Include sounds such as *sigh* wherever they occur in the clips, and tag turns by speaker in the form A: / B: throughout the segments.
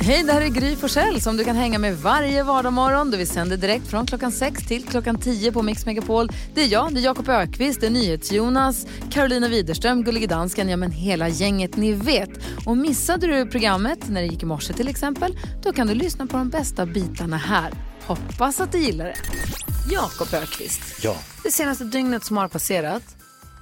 A: Hej, det här är Gry Forssell som du kan hänga med varje vardagsmorgon. Vi sänder direkt från klockan 6 till klockan 10 på Mix Megapol. Det är jag, det är Jakob Ökvist, det är NyhetsJonas, Carolina Widerström, Gullige Dansken, ja men hela gänget ni vet. Och missade du programmet när det gick i morse till exempel, då kan du lyssna på de bästa bitarna här. Hoppas att du gillar det. Jakob Ökvist,
B: Ja.
A: det senaste dygnet som har passerat,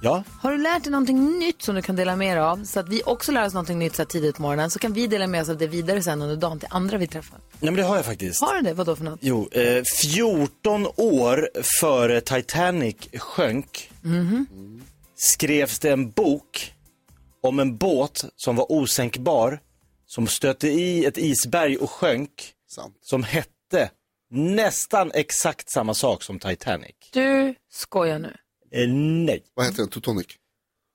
B: Ja.
A: har du lärt dig någonting nytt som du kan dela med dig av så att vi också lär oss någonting nytt så här tidigt på morgonen så kan vi dela med oss av det vidare sen under dagen till andra vi träffar?
B: Nej men det har jag faktiskt.
A: Har du det? Vad då för något?
B: Jo, eh, 14 år före Titanic sjönk
A: Mhm.
B: skrevs det en bok om en båt som var osänkbar, som stötte i ett isberg och sjönk,
C: Sant.
B: som hette nästan exakt samma sak som Titanic.
A: Du skojar nu.
B: Eh, nej.
C: Vad heter den? Totonic?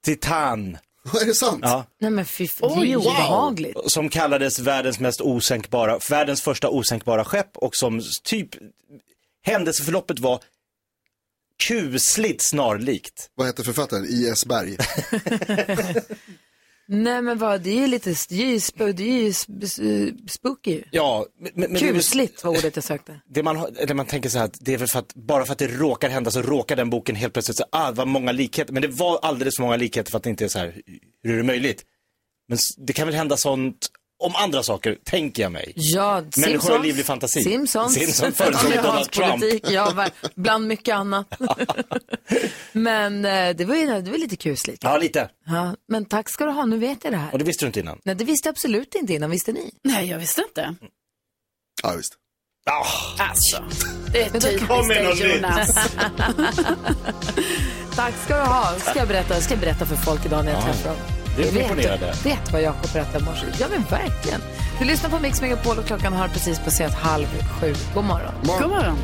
B: Titan,
C: är det sant?
B: ja,
A: Nej men fy fan, det är ju
C: wow.
A: obehagligt.
B: som kallades världens mest osänkbara, världens första osänkbara skepp och som typ händelseförloppet var kusligt snarlikt.
C: Vad heter författaren? I.S. Berg.
A: Nej men vad, det är ju lite, det är ju, sp- det är ju sp- sp- spooky.
B: *laughs* Ja, men, men men det, är väl-
A: Kusligt var ordet jag sökte.
B: det man, har- eller man tänker så här, att det är väl för att, bara för att det råkar hända så råkar den boken helt plötsligt så, ah, vad många likheter, men det var alldeles för många likheter för att det inte är så här, hur är det möjligt? Men s- det kan väl hända sånt om andra saker, tänker jag mig.
A: Ja,
B: Människor har livlig fantasi.
A: Simpsons.
B: Simpsons förutom Donald
A: Amerikansk
B: Trump.
A: politik, ja, va- bland mycket
B: *laughs*
A: annat. men eh, det var ju det var lite kusligt.
B: Ja, lite.
A: Ja, men tack ska du ha, nu vet jag det här.
B: Och det visste du inte innan.
A: Nej, det visste jag absolut inte innan. Visste ni?
D: Nej, jag visste inte.
C: ja, visst.
B: Ah,
D: Alltså, det är
B: Kom med något
D: typiskt dig,
B: nytt.
D: Jonas.
A: *laughs* Tack ska du ha. Ska jag berätta, ska jag berätta för folk idag när jag träffar dem.
B: det är
A: vet,
B: imponerande.
A: du- vet vad Jakob berättade i morse? Ja, men verkligen. Du lyssnar på Mix Megapol och klockan har precis passerat halv sju. God morgon.
D: God morgon.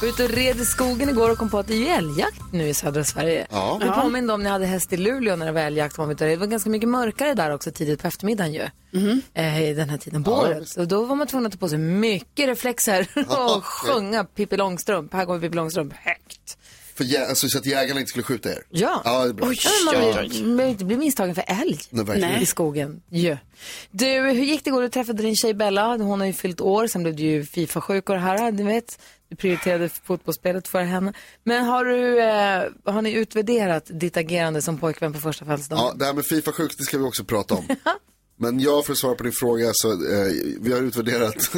A: Gå ut och red i skogen igår och kom på att det är ju älgjakt nu i södra Sverige.
C: Ja.
A: Vi påminner om när jag hade häst i Luleå när det var älgjakt. och man var ute och red. Det var ganska mycket mörkare där också tidigt på eftermiddagen ju.
D: Mm-hmm.
A: Eh, i den här tiden på året. Så då var man tvungen att ta på sig mycket reflexer *laughs* och sjunga Pippi Långstrump. Här går Pippi Långstrump högt.
C: För jä- alltså, så att jägarna inte skulle skjuta er?
A: Ja.
C: Ja, det är bra.
D: Oj.
A: Ja, men man vill- man vill inte bli misstagen för älg
C: Nej, verkligen.
D: Nej.
A: i skogen. Ja. Du, hur gick det igår? Du träffade din tjej Bella. Hon har ju fyllt år. Sen blev du ju Fifa-sjuk och det här. Du vet, du prioriterade fotbollsspelet för henne. Men har, du, eh, har ni utvärderat ditt agerande som pojkvän på första födelsedagen?
C: Ja, det här med Fifa sjukt, det ska vi också prata
D: *laughs*
C: om. Men jag, för att svara på din fråga, så eh, vi har utvärderat. *laughs*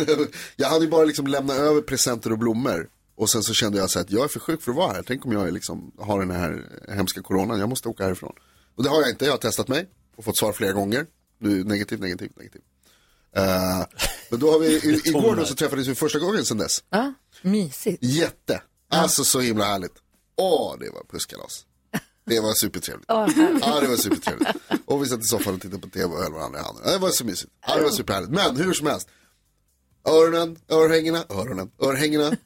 C: jag hade ju bara liksom lämna över presenter och blommor. Och sen så kände jag så här att jag är för sjuk för att vara här. Tänk om jag liksom har den här hemska coronan, jag måste åka härifrån. Och det har jag inte, jag har testat mig och fått svar flera gånger. Nu, negativt, negativt, negativt. Eh, men då har
D: *laughs*
C: vi, i, igår då så träffades vi första gången sedan dess.
A: Ja. Mysigt.
C: Jätte, alltså så himla härligt. Åh, det var pusskalas. Det var supertrevligt.
A: Ja, här-
C: Ja, det var supertrevligt. Och vi satt i soffan och tittade på tv och höll varandra i handen. Ja, Det var så mysigt. Ja, det var superhärligt. Men hur som helst. Öronen, örhängena, öronen, örhängena.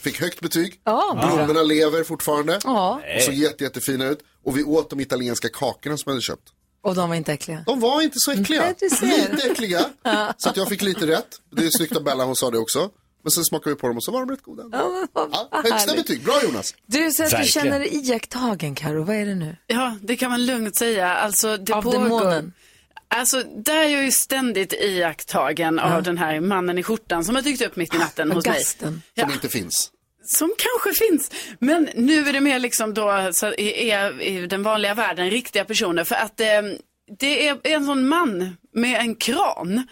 C: Fick högt betyg.
A: Ja, bra.
C: Blommorna lever fortfarande.
A: Ja.
C: Och såg jätte, jättefina ut. Och vi åt de italienska kakorna som jag hade köpt.
A: Och de var inte äckliga.
C: De var inte så äckliga.
A: Nej, du ser.
C: Lite äckliga. Så att jag fick lite rätt. Det är snyggt av Bella, hon sa det också. Men sen smakade vi på dem och så var de rätt goda.
A: Ja, vad
C: Ja, högsta
A: härligt.
C: betyg. Bra Jonas.
A: Du, så att du
B: Verkligen.
A: känner dig iakttagen, Karo. Vad är det nu?
D: Ja, det kan man lugnt säga. Alltså, det
A: Av
D: pågår...
A: demonen.
D: Alltså, där är jag ju ständigt iakttagen av den här mannen i skjortan som har dykt upp mitt i natten hos mig.
A: Gasten.
C: Som inte finns.
D: Som kanske finns. Men nu är det mer liksom då, så är, är, är den vanliga världen riktiga personer. För att eh, det är en sån man med en kran.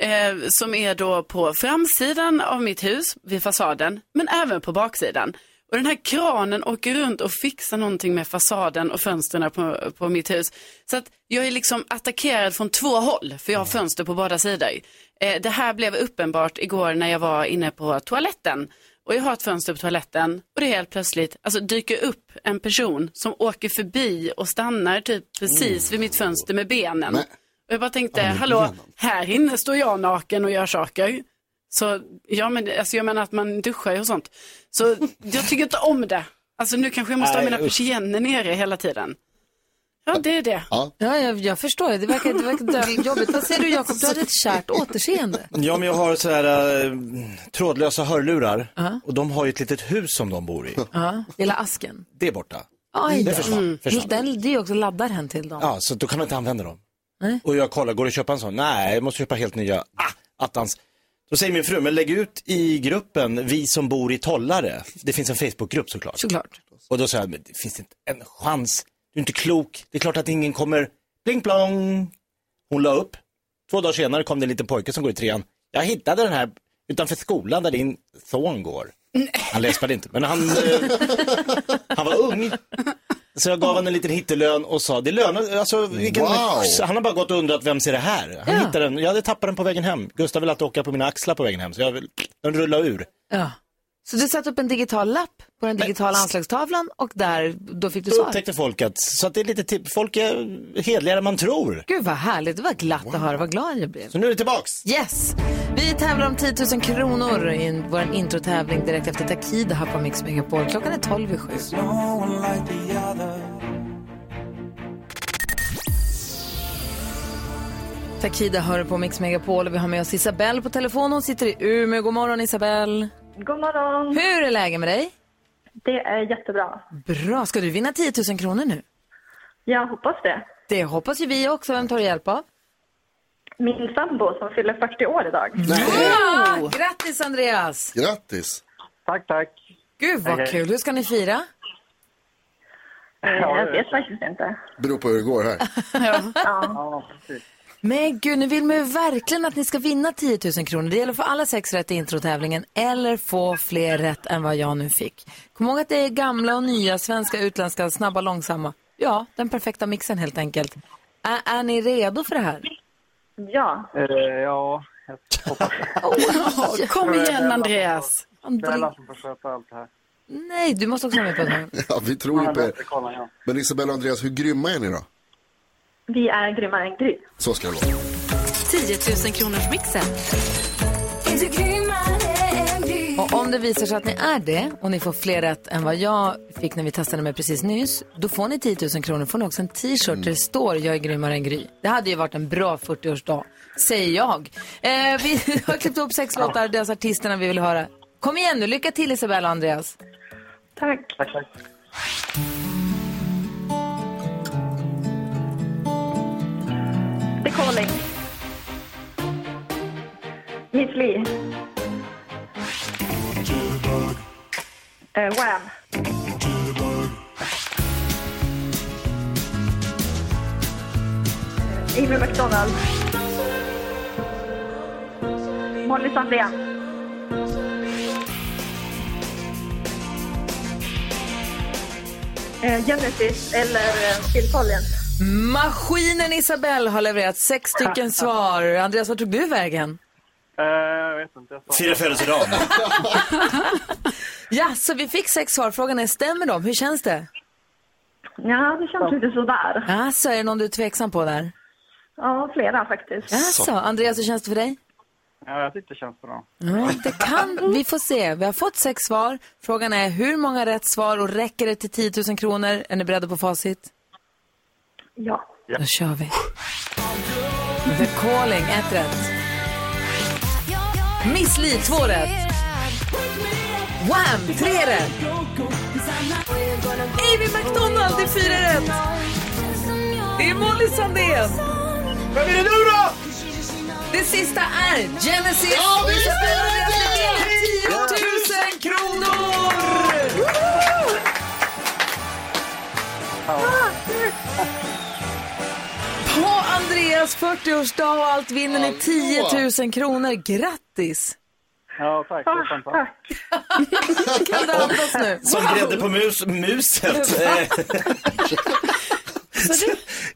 D: Eh, som är då på framsidan av mitt hus, vid fasaden, men även på baksidan. Och den här kranen åker runt och fixar någonting med fasaden och fönstren på, på mitt hus. Så att jag är liksom attackerad från två håll, för jag har fönster på båda sidor. Eh, det här blev uppenbart igår när jag var inne på toaletten. Och jag har ett fönster på toaletten och det är helt plötsligt, alltså dyker upp en person som åker förbi och stannar typ precis vid mitt fönster med benen.
C: Nej.
D: Och jag bara tänkte, hallå, här inne står jag naken och gör saker. Så, ja men alltså jag menar att man duschar ju och sånt. Så jag tycker inte om det. Alltså nu kanske jag måste ha
B: Nej,
D: mina
B: usch.
D: persienner nere hela tiden. Ja, det är det.
C: Ja,
A: Ja, jag, jag förstår. Det verkar, det verkar
D: *laughs*
A: dö- jobbigt. Vad säger du, Jakob? Du hade ett kärt återseende.
B: Ja, men jag har så här eh, trådlösa hörlurar och de har ju ett litet hus som de bor i.
A: Ja. Lilla asken.
B: Det är borta.
A: Aj,
B: Det
A: då. Mm.
D: Mm.
B: försvann. försvann.
A: Den, det är ju också laddaren till dem.
B: Ja, så då kan man inte använda dem. Och jag kollar, går det att köpa en sån? Nej, jag måste köpa helt nya. Ah, attans. Då säger min fru, men lägg ut i gruppen, vi som bor i Tollare. Det finns en Facebookgrupp såklart.
A: Såklart.
B: Och då sa jag, men det finns inte en chans. Du är inte klok. Det är klart att ingen kommer. Pling plong. Hon la upp. Två dagar senare kom det en liten pojke som går i trean. Jag hittade den här utanför skolan där din son går. Han läspade inte, men han, eh, han var ung. Så jag gav honom en liten hittelön och sa, det lönar alltså, vilken,
C: Wow.
B: Han har bara gått och undrat, vem ser det här? Han
A: Ja.
B: hittade den, jag hade tappat den på vägen hem. Gustav ville alltid åka på mina axlar på vägen hem, så jag, vill- den rullade ur.
A: Ja. Så du satte upp en digital lapp på den digitala anslagstavlan och där, då fick du
B: Då
A: svar.
B: upptäckte folk att, så att det är lite tipp, folk är hedligare än man tror.
A: Gud vad härligt, det var glatt att höra, vad glad jag blev.
B: Så nu är det tillbaks.
A: Yes! Vi tävlar om 10 000 kronor i vår introtävling direkt efter Takida här på Mix Megapol. Klockan är 12 i sju. Takida hör på Mix Megapol och vi har med oss Isabelle på telefon. Hon sitter i Umeå. God morgon Isabelle!
E: God morgon.
A: Hur är läget med dig?
E: Det är jättebra.
A: Bra, ska du vinna 10 000 kronor nu?
E: Jag hoppas det.
A: Det hoppas ju vi också. Vem tar du hjälp av?
E: Min sambo som fyller 40 år idag.
A: Ah, grattis Andreas!
C: Grattis!
F: Tack, tack.
A: Gud vad kul. Hur ska ni fira?
E: Eh, Jag vet faktiskt inte.
C: Beror på hur det går
A: *laughs*
C: här.
F: Ja, precis.
A: Men gud, nu vill man ju verkligen att ni ska vinna 10 000 kronor. Det gäller för alla sex rätt i introtävlingen eller få fler rätt än vad jag nu fick. Kom ihåg att det är gamla och nya, svenska, utländska, snabba, långsamma. Ja, den perfekta mixen helt enkelt. Ä- är ni redo för det här?
E: Ja,
F: Eh, ja, jag hoppas det.
D: Ja, Kom igen Andreas.
F: Det är
A: André-
F: Lasse som får sköta allt det här.
A: Nej, du måste också vara med på det här.
C: Ja, vi tror ju
F: Han
C: på
F: är
C: er.
F: bättre koll än jag.
C: Men Isabella och Andreas, hur grymma är ni då?
E: vi är grymmare än Gry.
C: Så ska det låta.
G: 10 000 kronors mixen.
A: Och om det visar sig att ni är det och ni får fler rätt än vad jag fick när vi testade med precis nyss, då får ni 10 000 kronor. Får ni också en t-shirt där det står “Jag är grymmare än Gry”. Det hade ju varit en bra 40-årsdag, säger jag. Eh, vi *laughs* har klippt upp sex låtar, deras artisterna vi vill höra. Kom igen nu, lycka till Isabella och Andreas.
E: Tack.
F: Tack, tack.
E: The Calling. Miss Li. Eh, Wham. Eh, Amy McDonald. Molly Sandén. Eh, Genesis eller eh, Phil Collins.
A: Maskinen Isabelle har levererat sex stycken svar. Andreas, vart tog du vägen?
F: Eh, jag vet inte. Jag sa...
B: Firar födelsedag.
A: Ja, så vi fick sex svar. Frågan är, stämmer de? Hur känns det?
E: Ja, det känns lite sådär.
A: Alltså, är det någon du är tveksam på där?
E: Ja, flera faktiskt.
A: Alltså, Andreas, hur känns det för dig?
F: Ja, jag tyckte det känns bra.
A: Ja, det kan vi får se. Vi har fått sex svar. Frågan är hur många rätt svar och räcker det till 10 000 kronor? Är ni beredda på facit?
E: Ja.
A: Då kör vi. The Calling, ett rätt. Miss Li, två rätt. Wham, tre rätt. Amy McDonald, det är fyra rätt. Det är Molly Sandén.
B: Vem är det nu då?
A: Det sista är Genesis.
C: Ja, vi
A: Isabella
C: spelar
A: Rönndahl, 10 000 kronor! På Andreas 40-årsdag och allt vinner ni 10 000 kronor.
B: *laughs*
A: Grattis!
F: Ja, tack.
E: Ah,
F: Det är fantastiskt.
A: Kan du andas nu?
B: Som grädde på mus, muset. Eh,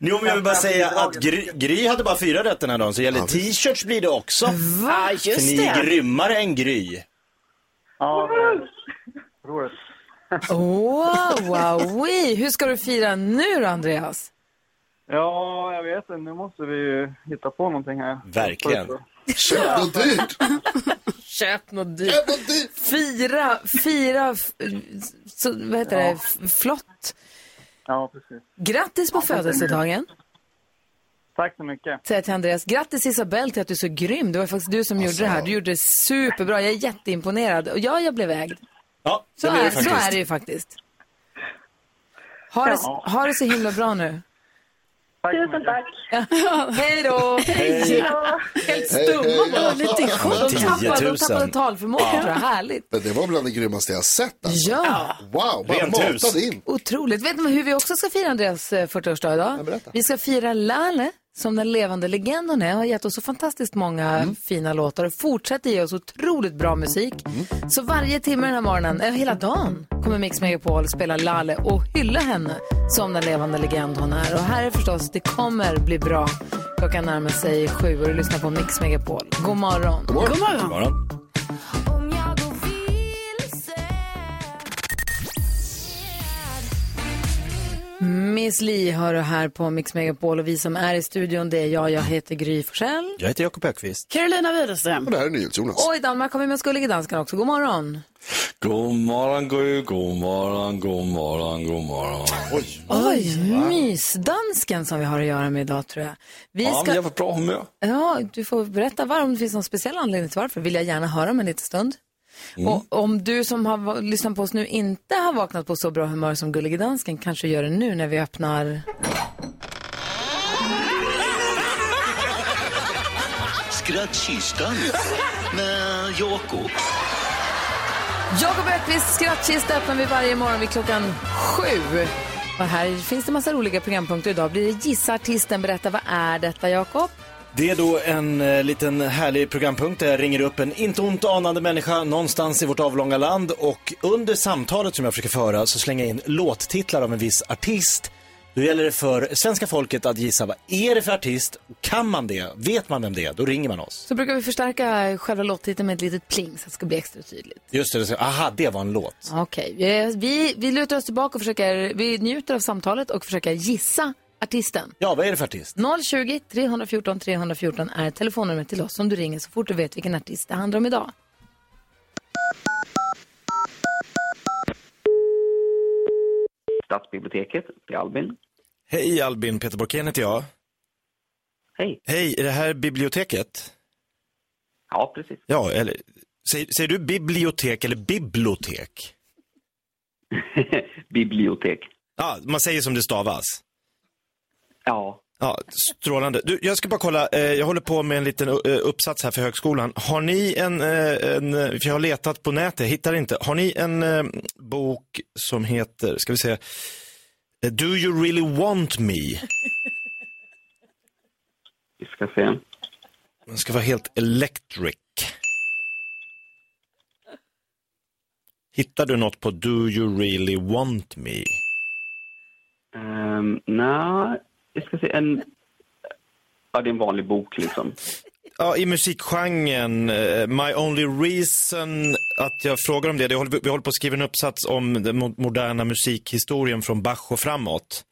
B: Jo, men jag vill bara säga att Gry, Gry hade bara fyra rätt den här dagen, så gäller t-shirts blir det också.
D: Ja,
B: För ni är grymmare än Gry.
F: Ja, det är roligt.
A: Wow, wow, wee. Hur ska du fira nu då, Andreas?
F: Ja, jag vet inte. Nu måste vi ju hitta på någonting här.
B: Verkligen.
C: Köp något dyrt!
A: Köp något dyrt.
C: Köp något dyrt!
A: Fira, fira, f- så, vad heter det, F- flott.
F: Ja, precis.
A: Grattis på födelsedagen.
F: Tack så mycket.
A: Säger jag till Andreas, grattis Isabelle till att du är så grym. Det var faktiskt du som gjorde det här. Du gjorde det superbra. Jag är jätteimponerad. Och ja, jag blev ägd.
B: Ja,
A: Så,
B: det blir
A: är,
B: det
A: så är
B: faktiskt.
A: det ju faktiskt. Ha det, ha det så himla bra nu.
E: Tusen tack.
A: Hej då!
H: Hej.
E: Ja.
A: Helt
C: Hej,
A: stumma
C: hej.
A: bara.
D: Lite chock.
A: De tappade,
H: 10
A: de
H: 000.
A: tappade talförmåga, tror jag. Härligt.
C: Men det var bland det grymmaste jag sett. Alltså.
A: Ja,
C: Wow, bara
H: Rent hus.
C: matade in.
A: otroligt. Vet ni hur vi också ska fira Andreas eh, 40-årsdag
C: Ja,
A: idag?
C: berätta.
A: Vi ska fira Laleh, som den levande legenden är, har gett oss så fantastiskt många
C: Mm.
A: fina låtar och fortsätter ge oss otroligt bra musik.
C: Mm.
A: Så varje timme den här morgonen, eh, hela dagen, kommer Mix Megapol spela Laleh och hylla henne som den levande legend hon är. Och här är förstås, det kommer bli bra. Klockan närmar sig sju och du lyssnar på Mix Megapol. God morgon.
D: God morgon.
H: Morgon.
A: Miss Li hör du här på Mix Megapol och vi som är i studion det är jag, jag heter Gry Forssell.
H: Jag heter Jakob Ökvist.
D: Carolina Widerström.
C: Och det här är NyhetsJonas.
A: Och i Danmark har vi med oss Gullige Dansken också, god morgon.
I: God morgon, Gry. God morgon, god morgon, god morgon.
A: Oj, mysdansken som vi har att göra med idag tror jag. Vi
I: Ja,
A: ska...
I: men jag var på bra humör.
A: Ja, du får berätta var, om det finns någon speciell anledning till varför, vill jag gärna höra om en liten stund.
I: Mm.
A: Och om du som har va- lyssnat på oss nu inte har vaknat på så bra humör som Gullige Dansken kanske gör det nu när vi öppnar...
F: Skrattkistan med Jakob.
A: Jakob Öqvists skrattkista öppnar vi varje morgon vid klockan sju. Och här finns det massa roliga programpunkter idag. Blir det Gissa artisten, berätta vad är detta Jakob?
H: Det är då en eh, liten härlig programpunkt där jag ringer upp en inte ont anande människa någonstans i vårt avlånga land och under samtalet som jag försöker föra så slänger jag in låttitlar av en viss artist. Då gäller det för svenska folket att gissa vad är det för artist? Kan man det? Vet man vem det är? Då ringer man oss.
A: Så brukar vi förstärka själva låttiteln med ett litet pling så att det ska bli extra tydligt.
H: Just det, det, säger, aha, det var en låt.
A: Okej, eh, vi, vi lutar oss tillbaka och försöker, vi njuter av samtalet och försöker gissa artisten.
H: Ja, vad är det för artist?
A: 020 314 314 är telefonnumret till oss som du ringer så fort du vet vilken artist det handlar om idag.
F: Stadsbiblioteket, det är Albin.
H: Hej Albin, Peter Borkén heter jag.
F: Hej.
H: Hej, är det här biblioteket?
F: Ja, precis.
H: Ja, eller säger, säger du bibliotek eller bibliotek?
F: *laughs* Bibliotek.
H: Ja, man säger som det stavas.
F: Ja.
B: Ja, strålande. Du, jag ska bara kolla, eh, jag håller på med en liten eh, uppsats här för högskolan. Har ni en, eh, en eh, för jag har letat på nätet, hittar inte. Har ni en eh, bok som heter, ska vi se, eh, Do you really want me?
F: *laughs* Vi ska se.
B: Den ska vara helt electric. Hittar du något på Do you really want me?
F: Um, Nej, vi ska se. En... Ja, det är en vanlig bok liksom.
B: Ja, i musikgenren, eh, My Only Reason att jag frågar om det, det håller, vi håller på att skriva en uppsats om den mo- moderna musikhistorien från Bach och framåt.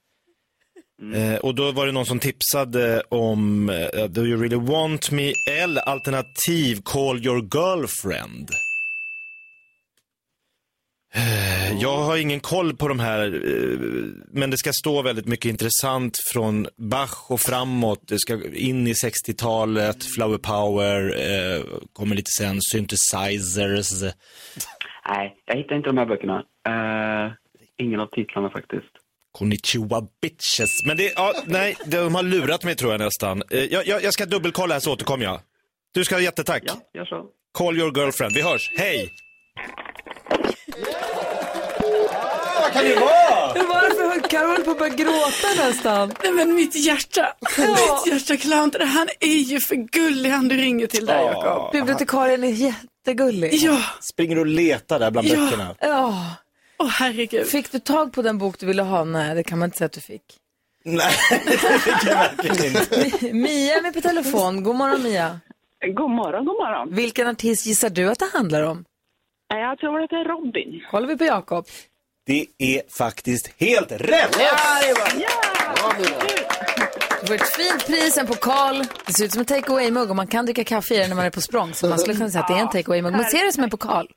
B: Eh, och då var det någon som tipsade om eh, Do You Really Want Me eller alternativ Call Your Girlfriend. Eh, Jag har ingen koll på de här, eh, men det ska stå väldigt mycket intressant från Bach och framåt. Det ska in i 60-talet, flower power, eh, kommer lite sen, synthesizers.
F: Nej, jag hittar inte de här böckerna. Eh, ingen av titlarna faktiskt.
B: Konnichiwa bitches. Men det, ja, nej, de har lurat mig tror jag nästan. Eh, Jag, jag, jag ska dubbelkolla här så återkommer jag. Du ska ha jättetack.
F: Ja, gör så.
B: Call your girlfriend. Vi hörs. Hej!
A: Hur var det för hund? Carro höll på att börja gråta nästan.
D: Nej men mitt hjärta, mitt hjärta klarar inte det. Han är ju för gullig han du ringer till där Jakob.
A: Bibliotekarien är jättegullig.
D: Ja,
H: Springer och letar där bland
D: Ja.
H: böckerna.
A: Ja.
D: åh herregud.
A: Fick du tag på den bok du ville ha? Nej, det kan man inte säga att du fick.
H: Nej, *laughs*
A: Mia är med på telefon. God morgon Mia.
E: God morgon, god morgon. Eh,
A: Vilken artist gissar du att det handlar om?
E: Jag tror att det är Robin.
A: Kollar vi på Jakob.
H: det är faktiskt helt rätt!
A: Du får ett fint pris, en pokal. Det ser ut som en take away-mugg och man kan dricka kaffe i den när man är på språng. Så man skulle kunna säga att det är en take away-mugg. Man ser det som en pokal.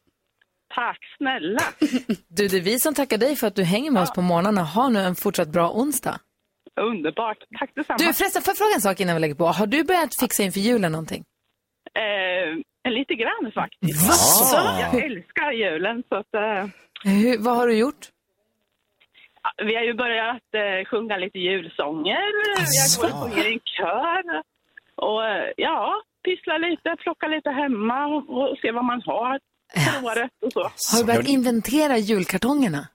E: Tack snälla.
A: *laughs* Du, det är vi som tackar dig för att du hänger med oss på morgnarna. Ha nu en fortsatt bra onsdag.
E: Underbart. Tack detsamma.
A: Du, förresten, får jag fråga en sak innan vi lägger på? Har du börjat fixa inför julen någonting?
E: Eh, lite grann faktiskt.
A: Vad?
E: Jag älskar julen så att... Eh...
A: Hur, vad har du gjort?
J: Vi har ju börjat eh, sjunga lite julsånger. Jag går och sjunger i en kör. Och eh, ja, pysslar lite, plockar lite hemma och, och ser vad man har för året och så.
A: Har du börjat inventera julkartongerna?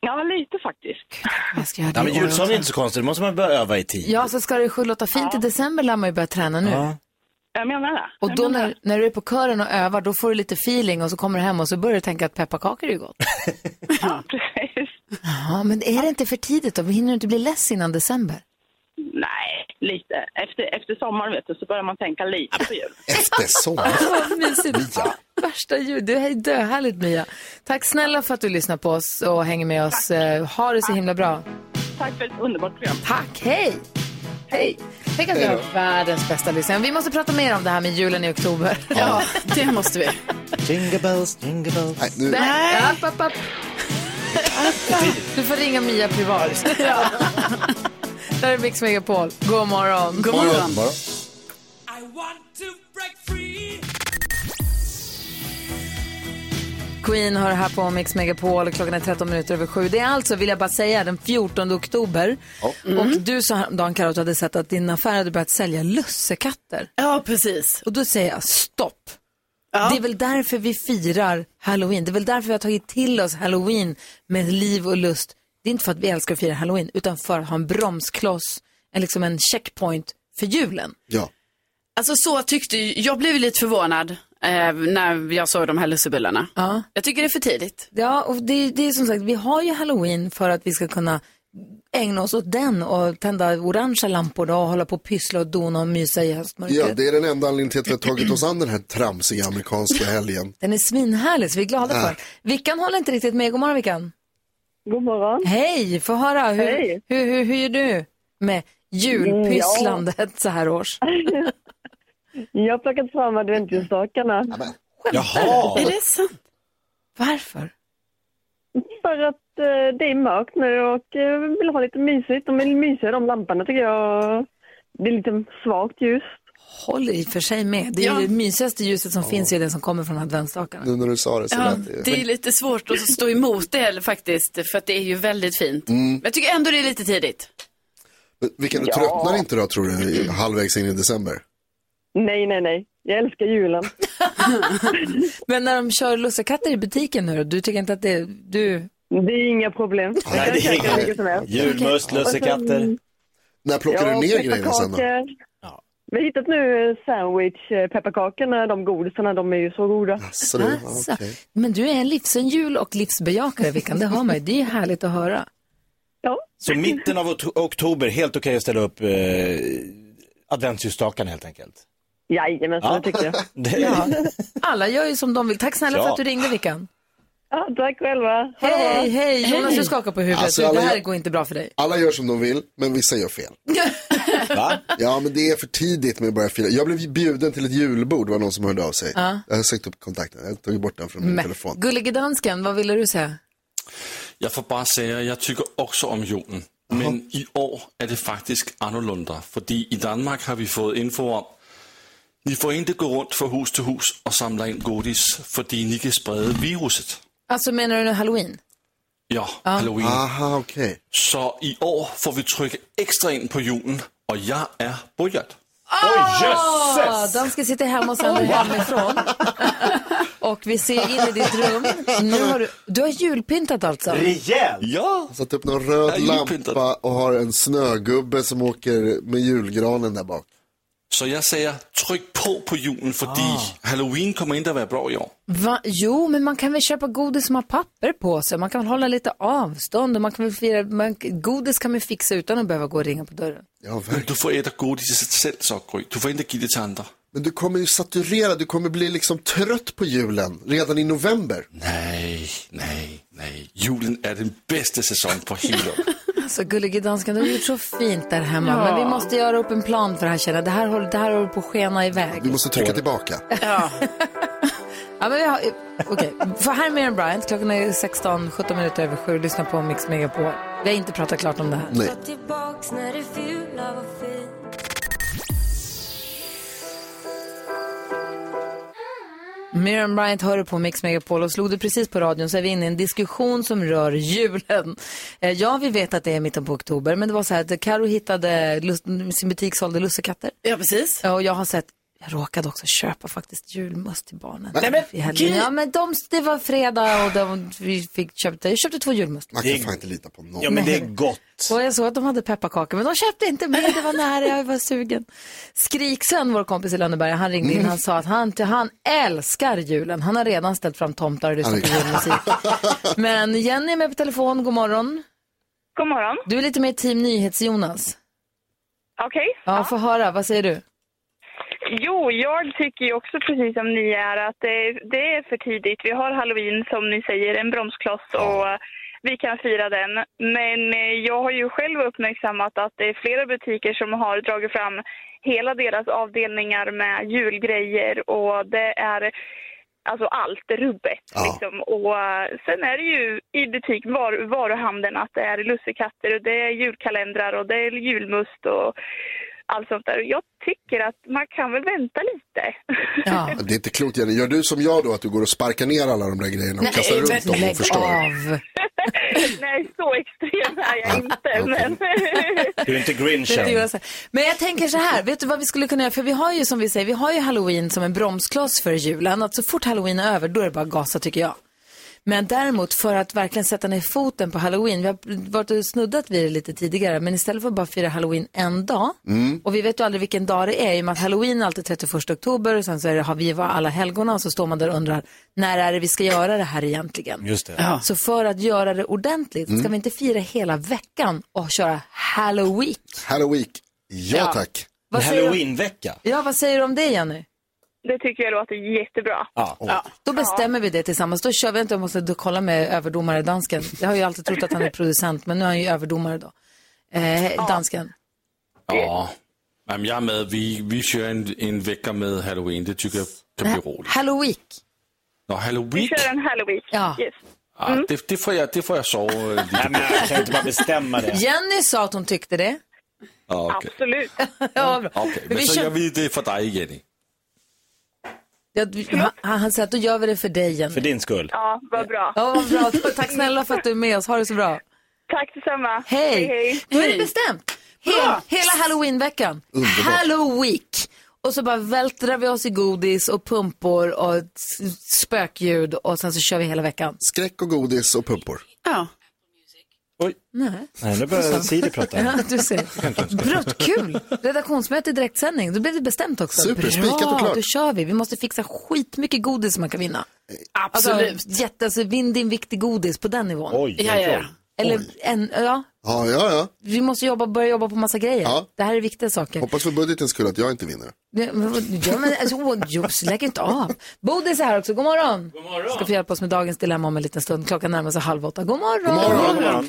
J: Ja, men lite faktiskt.
A: Jag ska göra det
B: Ja, men
A: i år
B: julsång är
A: också.
B: inte så konstigt, det måste man börja öva i tid.
A: Ja, så ska det ju låta fint i december lär man ju börja träna nu.
B: Ja.
J: Jag menar det.
A: Och då när, när du är på kören och övar, då får du lite feeling och så kommer du hem och så börjar du tänka att pepparkakor är ju gott. Ja, men är det inte för tidigt då? Hinner du inte bli less innan december?
J: Nej, lite. Efter, efter sommaren vet du, så börjar man tänka lite på jul.
C: Efter sommar.
A: Vad mysigt. Värsta ljud. Det här är döhärligt, Mia. Tack snälla för att du lyssnar på oss och hänger med oss. Eh, Ha det så himla bra.
J: Tack för ett underbart program.
A: Tack. Hej! Hej! Tänk att vi
J: Hej
A: har
J: då.
A: världens bästa lyssnare. Vi måste prata mer om det här med julen i oktober.
D: Ja, det måste vi.
B: Jingle bells, jingle bells.
C: Nej,
A: Nej. App, app, app. Du får ringa Mia
D: *laughs*
A: privat. Ja. Där är Mix Megapol. God morgon.
D: God morgon. God morgon.
A: Queen hör här på Mix Megapol och klockan är 13 minuter över sju. Det är alltså, vill jag bara säga, den 14 oktober.
D: Mm.
A: Och du sa häromdagen, Karo, att du hade sett att din affär hade börjat sälja lussekatter.
D: Ja, precis.
A: Och då säger jag stopp. Det är väl därför vi firar halloween. Det är väl därför vi har tagit till oss halloween med liv och lust. Det är inte för att vi älskar att fira halloween, utan för att ha en bromskloss, en, liksom en checkpoint för julen.
C: Ja.
D: Alltså så tyckte jag, jag blev ju lite förvånad eh, när jag såg de här lussebullarna.
A: Ja.
D: Jag tycker det är för tidigt.
A: Ja, och det, det är som sagt, vi har ju halloween för att vi ska kunna ägna oss åt den och tända orangea lampor då och hålla på och pyssla och dona och mysa i höstmörkret.
C: ja, det är den enda anledningen till att vi har tagit oss an den här tramsiga amerikanska helgen.
A: Den är svinhärlig, så vi är glada
C: Ja.
A: för. Vickan håller inte riktigt med. God morgon, Vickan. God morgon. Hej, få höra. Hur,
K: Hej.
A: Hur, hur, hur gör du med julpysslandet så här års?
K: Jag har plockat fram adventsljusstakarna.
B: Jaha.
K: Är
D: det sant?
A: Varför?
K: För att eh, det är mörkt nu och eh, vill ha lite mysigt. De är mysiga de lamporna tycker jag. Det är lite svagt ljus.
A: Håller i och för sig med. Det är ju det mysigaste ljuset som finns är det som kommer från adventsstakarna.
C: Nu när du sa det så
D: Ja,
C: lät det ju.
D: det är lite svårt att stå emot det heller faktiskt, för att det är ju väldigt fint. Men jag tycker ändå det är lite tidigt.
C: Men Mm. Vilken, du
D: Ja.
C: tröttnar inte då tror du, i- halvvägs in i december?
K: Nej, nej, nej. Jag älskar julen.
A: *laughs* Men när de kör lussekatter i butiken nu då, du tycker inte att det du...
K: Det är inga problem.
B: Nej, det är inget. Julmust,
K: Okej.
B: lussekatter.
C: När plockar du ner grejerna sen då?
K: pepparkakor. Vi har hittat nu eh, sandwich, eh, pepparkakorna, de godisarna, de är ju så goda.
C: Så det,
A: Alltså, Men du är en livsenjul och livsbejakare, Vickan. Det har man ju. Det är ju härligt att höra.
B: Så mitten av ot- oktober, helt okej att ställa upp eh, adventsljusstakarna helt enkelt.
K: Jajamensan,
B: Ja.
K: det tycker jag.
B: Det-
A: Ja. Alla gör ju som de vill. Tack snälla
B: Ja.
A: för att du ringde, Vickan.
K: Ja, tack själva. Ha det
A: Hej,
K: bra.
A: hej. Jonas, du skakar på huvudet.
C: Alltså,
A: Du, det
C: alla-
A: här går inte
D: *laughs*
A: bra för dig.
C: Alla gör som de vill, men vissa gör fel.
B: Va?
C: Ja, men det är för tidigt med att börja fira. Jag blev bjuden till ett julbord, var någon som hörde av sig.
A: Ja.
C: Jag har sökt upp kontakten, jag har tagit bort den från min
A: Men,
C: telefon.
A: Gullige dansken, vad ville du säga?
I: Jeg får bare sige, at jeg tykker også om julen. Men i år er det faktisk annorlunda, fordi i Danmark har vi fået info om, ni får ikke gå rundt fra hus til hus og samle ind godis, fordi ni kan sprede viruset.
A: Alltså menar du nu halloween?
I: Ja,
A: Ja.
I: Halloween.
C: Aha, okay.
I: Så i år får vi trykke ekstra ind på julen, og jeg er bojat.
A: Ah, dansken sitter hemma och sänder hemifrån. och vi ser in i ditt rum. Nu har du, du har julpyntat alltså?
I: Ja!
C: Satt upp någon röd lampa och har en snögubbe som åker med julgranen där bak.
I: Så jeg siger, tryk på på julen, fordi
B: Ah.
I: Halloween kommer ikke at være bra i år.
A: Va? Jo, men man kan väl köpa godis som har papper på sig. Man kan väl hålla lite avstånd och man kan väl fira, man, godis kan man fixa utan att behöva gå och ringa på dörren.
I: Men du får æder godis selv, så Gry. Du får ikke give det til andre.
C: Men du kommer ju saturera, du kommer bli liksom trött på julen redan i november.
I: Nej, nej, nej. Julen är den bästa säsongen på hela
B: *laughs*
I: året.
A: Alltså gullige dansken, du har gjort så fint där hemma.
I: Ja.
A: Men vi måste göra upp en plan för det här känner jag. Det här håller, det här håller på att skena iväg.
C: Vi måste trycka tillbaka.
A: Ja, men vi har, okej, för här är Miriam Bryant. Klockan är 16, 17 minuter över sju. Lyssna på Mix Megapol. Vi har inte pratat klart om det här.
C: Nej.
A: Miriam Bryant hör du på Mix Megapol och slog du precis på radion så är vi inne i en diskussion som rör julen. Eh, Ja, vi vet att det är mitten på oktober, men det var så här att Karo hittade, lust, sin butik sålde lussekatter.
D: Ja, precis.
A: Och jag har sett, jag råkade också köpa faktiskt julmust till barnen.
D: Nej, men
A: I helgen.
D: gud.
A: ja, men de, det var fredag och de, vi fick köpte, jag köpte två julmust.
C: Man kan fan inte lita på någon.
A: Ja, men det är
B: gott.
A: Och jag såg att de hade pepparkakor, men de köpte inte mig. Det var nära, jag var sugen. Skriksön, vår kompis i Lönneberga, han ringde in.
L: Mm.
A: Han sa att han, han älskar julen. Han har redan ställt fram tomtar och lyssnat på
L: Oj.
A: julmusik. Men Jenny är med på telefon. God morgon.
E: God morgon.
A: Du är lite mer team Nyhets-Jonas.
E: Okej.
A: Ja, få höra. Vad säger du?
E: Jo, jag tycker ju också precis som ni är att det, det är för tidigt. Vi har halloween som ni säger, en bromskloss och vi kan fira den. Men eh, jag har ju själv uppmärksammat att det är flera butiker som har dragit fram hela deras avdelningar med julgrejer och det är alltså allt rubbet. Liksom. Och eh, sen är det ju i butik, var, varuhandeln, att det är lussekatter och det är julkalendrar och det är julmust och allt sånt där. Och Jag tycker att man kan väl vänta lite.
C: Det är inte klokt Jenny. Gör du som jag då att du går och sparkar ner alla de där grejerna och kastar runt dem och förstör?
A: av.
E: *laughs* Nej, så extrem är jag inte. Men...
B: Du är inte
A: Det är det
B: grinchen.
A: jag säger. Men jag tänker så här, vet du vad vi skulle kunna göra? För vi har ju som vi säger, vi har ju halloween som en bromskloss för julen. Att så fort halloween är över, då är det bara att gasa tycker jag. Men däremot för att verkligen sätta ner foten på halloween, vi har varit och snuddat vid det lite tidigare, men istället för att bara fira halloween en dag, Mm. och vi vet ju aldrig vilken dag det är i och med att halloween är alltid 31 oktober och sen så är det, har vi var alla helgona och så står man där och undrar när är det vi ska göra det här egentligen.
B: Just det.
A: Så för att göra det ordentligt ska
C: Mm.
A: vi inte fira hela veckan och köra halloween.
C: Halloween. Ja
A: Ja.
C: tack.
A: Vad säger du?
B: Halloweenvecka.
A: Ja, vad säger du om det Jenny?
E: Det tycker jag låter jättebra.
B: Ja.
A: Då bestämmer vi det tillsammans. Då kör vi inte, jag måste då kolla med överdomare dansken. Jag har ju alltid trott att han är producent, men nu är han ju överdomare då. Eh, dansken.
I: Ja. Jamen, jeg er med. Vi, vi kører en, en vækker med Halloween. Det tycker jag kan blive roligt.
A: Halloween.
I: Nå,
E: Vi
I: Halloween?
E: kör en halloween.
A: Ja.
E: Yes.
I: Ah, det, det, får jag, det får jag sove øh, lidt.
B: Jamen, jeg kan ikke bare bestemme det.
A: Jenny sa att hon tyckte det.
I: Okay.
E: Absolut.
A: ja, bra.
I: okay,
A: Men
I: men
A: vi
I: så
A: kör-
I: jeg ved, det er for dig, Jenny.
A: Ja, du- han, han säger att då gör vi det för dig Jenny.
B: För din skull.
E: Ja, vad bra.
A: Ja, vad bra. Tack snälla för att du är med oss. Ha det så bra.
E: Tack detsamma.
A: Hej.
E: hej.
A: Då är det bestämt. Hel, hela halloweenveckan.
E: Underbart.
A: Halloween. Och så bara vältrar vi oss i godis och pumpor och s- spökljud och sen så kör vi hela veckan.
C: Skräck och godis och pumpor.
A: Ja.
B: Oj.
A: Nej.
B: Nej, nu börjar Siri prata.
A: Ja, du ser. Bra, kul! Redaktionsmöte i direktsändning. Då blev det bestämt också.
C: Super, spikat och
A: Bra,
C: klart.
A: då kör vi. Vi måste fixa skitmycket godis som man kan vinna. Alltså, jätte, alltså, vinn din viktig godis på den nivån.
C: Oj, Ja, ja, ja. oj.
A: Eller en, ja,
C: Ja, ja, ja.
A: vi måste jobba, börja jobba på massa grejer.
C: Ja.
A: Det här är viktiga saker.
C: Hoppas för budgetens skull att jag inte vinner.
A: Ja, men, vad- ja, men alltså, åh, Jobs, lägg inte av. Bodis är här också, god morgon. God morgon. Ska få hjälpa oss med dagens dilemma om en liten stund. Klockan närmar sig halv åtta. God morgon.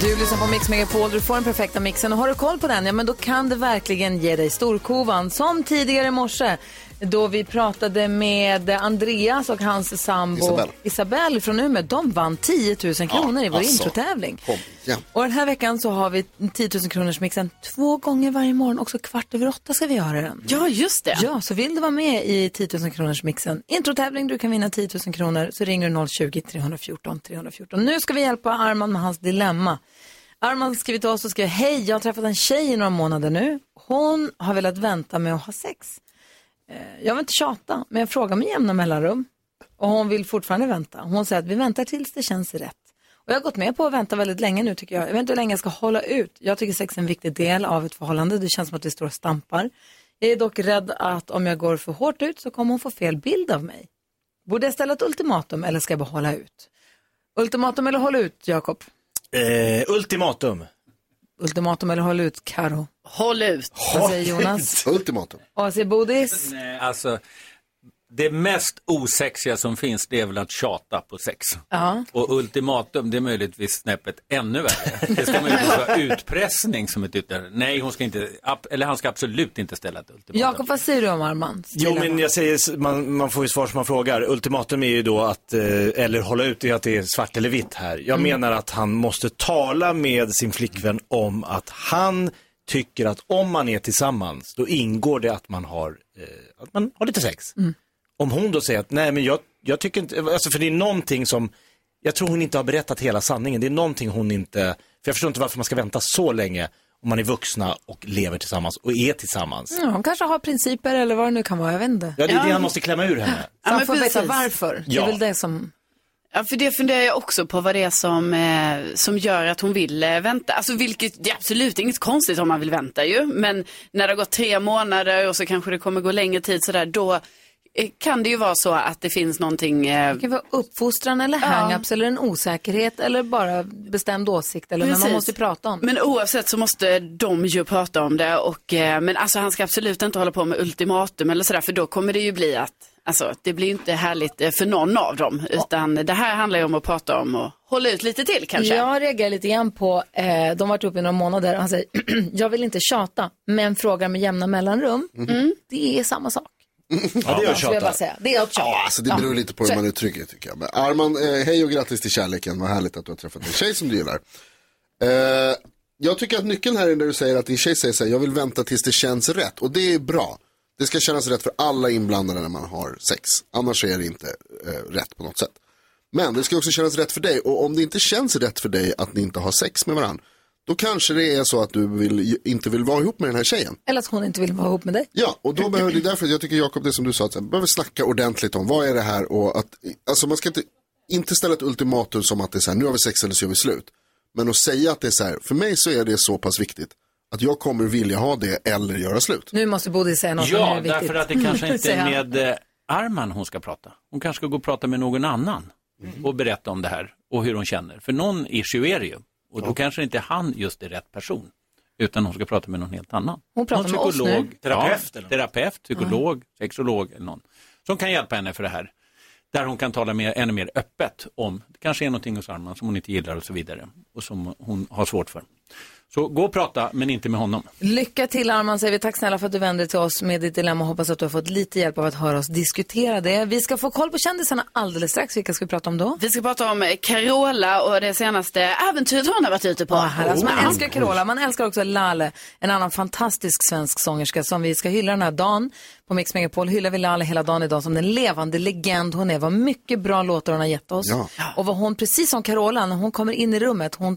A: Du lyssnar på Mix Megapol, du får den perfekta mixen och har du koll på den, ja men då kan det verkligen ge dig storkovan. Som tidigare i morse då vi pratade med Andreas och hans sambo
L: Isabel.
A: Isabel från Umeå. De vann 10 000 kronor i vår
L: alltså.
A: introtävling.
C: Kom igen.
A: Och den här veckan så har vi 10 000 kronors mixen två gånger varje morgon. Också kvart över åtta ska vi göra den.
D: Ja, just det.
A: Ja, så vill du vara med i 10 000 kronors mixen, introtävling, du kan vinna 10 000 kronor, så ringer du 020 314 314. Nu ska vi hjälpa Arman med hans dilemma. Arman skriver till oss och skriver, hej, jag har träffat en tjej i några månader nu. Hon har velat vänta med att ha sex. Eh, Jag vill inte tjata, men jag frågar med jämna mellanrum. Och hon vill fortfarande vänta. Hon säger att vi väntar tills det känns rätt. Och jag har gått med på att vänta väldigt länge nu tycker jag. Jag vet inte hur länge jag ska hålla ut. Jag tycker sex är en viktig del av ett förhållande. Det känns som att vi står och stampar. Jag är dock rädd att om jag går för hårt ut så kommer hon få fel bild av mig. Borde jag ställa ett ultimatum eller ska jag bara hålla ut? Ultimatum eller håll ut, Jakob?
B: Eh, ultimatum.
A: Ultimatum eller håll ut, Karo?
D: Håll ut.
A: Vad säger Jonas?
C: Ultimatum.
A: Och vad säger Bodis?
M: Alltså, det mest osexiga som finns det är väl att tjata på sex.
A: Ja.
M: Och ultimatum, det är möjligtvis snäppet ännu värre. Det ska möjligtvis vara utpressning som ett ytterligare. Nej, hon ska inte, ab- eller han ska absolut inte ställa ett ultimatum.
A: Jakob, vad säger du om Armand?
B: Jo, men jag säger, s- man, man får ju svar som man frågar. Ultimatum är ju då att, eh, eller hålla ut, det är att det är svart eller vitt här. Jag
N: Mm.
B: menar att han måste tala med sin flickvän om att han tycker att om man är tillsammans, då ingår det att man har eh, att man har lite sex. Om hon då säger att, nej men jag, jag tycker inte, alltså för det är någonting som, jag tror hon inte har berättat hela sanningen. Det är någonting hon inte, för jag förstår inte varför man ska vänta så länge om man är vuxna och lever tillsammans och är tillsammans.
A: Ja, Mm, hon kanske har principer eller vad det nu kan vara, jag vet inte.
B: Ja, det är det han måste klämma ur henne.
A: Så han
D: men
A: får veta
D: precis.
A: varför. Det
B: Ja.
A: är väl det som...
D: Ja, för det funderar jag också på vad det är som, eh, som gör att hon vill eh, vänta. Alltså vilket, det är absolut inget konstigt om man vill vänta ju. Men när det har gått tre månader och så kanske det kommer gå längre tid sådär, då eh, kan det ju vara så att det finns någonting. Eh,
A: Det kan vara uppfostran eller hang-ups eller en osäkerhet eller bara bestämd åsikt. Eller, men man
D: Precis.
A: måste ju prata om det.
D: Men oavsett så måste de ju prata om det. Och, eh, men alltså han ska absolut inte hålla på med ultimatum eller sådär, för då kommer det ju bli att, alltså det blir ju inte härligt eh, för någon av dem. Utan det här handlar ju om att prata om och hålla ut lite till kanske.
A: Jag reagerar lite grann på, eh, de har varit uppe i några månader och han säger, *clears throat* jag vill inte tjata, men frågar med jämna mellanrum,
D: Mhm.
A: mm. det är samma sak.
C: Ja, det är att
A: Skulle jag
C: tjata.
A: bara säga. Det är att tjata.
C: Ja, alltså det beror
A: Ja.
C: lite på hur
A: Så-
C: man uttrycker det tycker jag. Men Arman, eh, hej och grattis till kärleken. Vad härligt att du har träffat en tjej som du gillar. Eh, jag tycker att nyckeln här är när du säger att din tjej säger så här, jag vill vänta tills det känns rätt. Och det är bra. Det ska kännas rätt för alla inblandade när man har sex. Annars är det inte eh, rätt på något sätt. Men det ska också kännas rätt för dig. Och om det inte känns rätt för dig att ni inte har sex med varandra, då kanske det är så att du vill, inte vill vara ihop med den här tjejen.
A: Eller att hon inte vill vara ihop med dig.
C: Ja, och då behöver, det är därför jag tycker Jakob, det som du sa, att så här, behöver snacka ordentligt om vad är det här och att, alltså man ska inte, inte ställa ett ultimatum som att det är så här, nu har vi sex eller så gör vi slut. Men att säga att det är så här, för mig så är det så pass viktigt att jag kommer vilja ha det eller göra slut.
A: Nu måste Bodil säga något som är
M: Ja,
A: viktigt.
M: därför att det
A: *laughs*
M: kanske inte
A: Säger
M: är
A: han.
M: med eh, Arman hon ska prata. Hon kanske ska gå och prata med någon annan
A: Mm.
M: och berätta om det här och hur hon känner. För någon issue är det ju. Och då kanske inte han just är rätt person. Utan hon ska prata med någon helt annan.
A: Hon pratar
M: någon
A: med oss
M: psykolog,
A: nu.
M: Terapeut, ja, terapeut psykolog, sexolog eller någon. Som kan hjälpa henne för det här. Där hon kan tala mer, ännu mer öppet om, det kanske är någonting hos Arman som hon inte gillar och så vidare. Och som hon har svårt för. Så gå och prata, men inte med honom.
A: Lycka till Arman säger vi. Tack snälla för att du vände dig till oss med ditt dilemma. Hoppas att du har fått lite hjälp av att höra oss diskutera det. Vi ska få koll på kändisarna alldeles strax. Vilka ska vi prata om då?
D: Vi ska prata om eh, Carola och det senaste äventyret hon har varit ute på.
A: här, alltså,
D: Oh.
A: man älskar Carola, man älskar också Lale, en annan fantastisk svensk sångerska som vi ska hylla den här dagen. På Mix Megapol hyllar vi Lale hela dagen idag som den levande legend hon är. Vad mycket bra låtar hon har gett oss.
L: Ja.
A: Och vad hon, precis som Carola, när hon kommer in i rummet, hon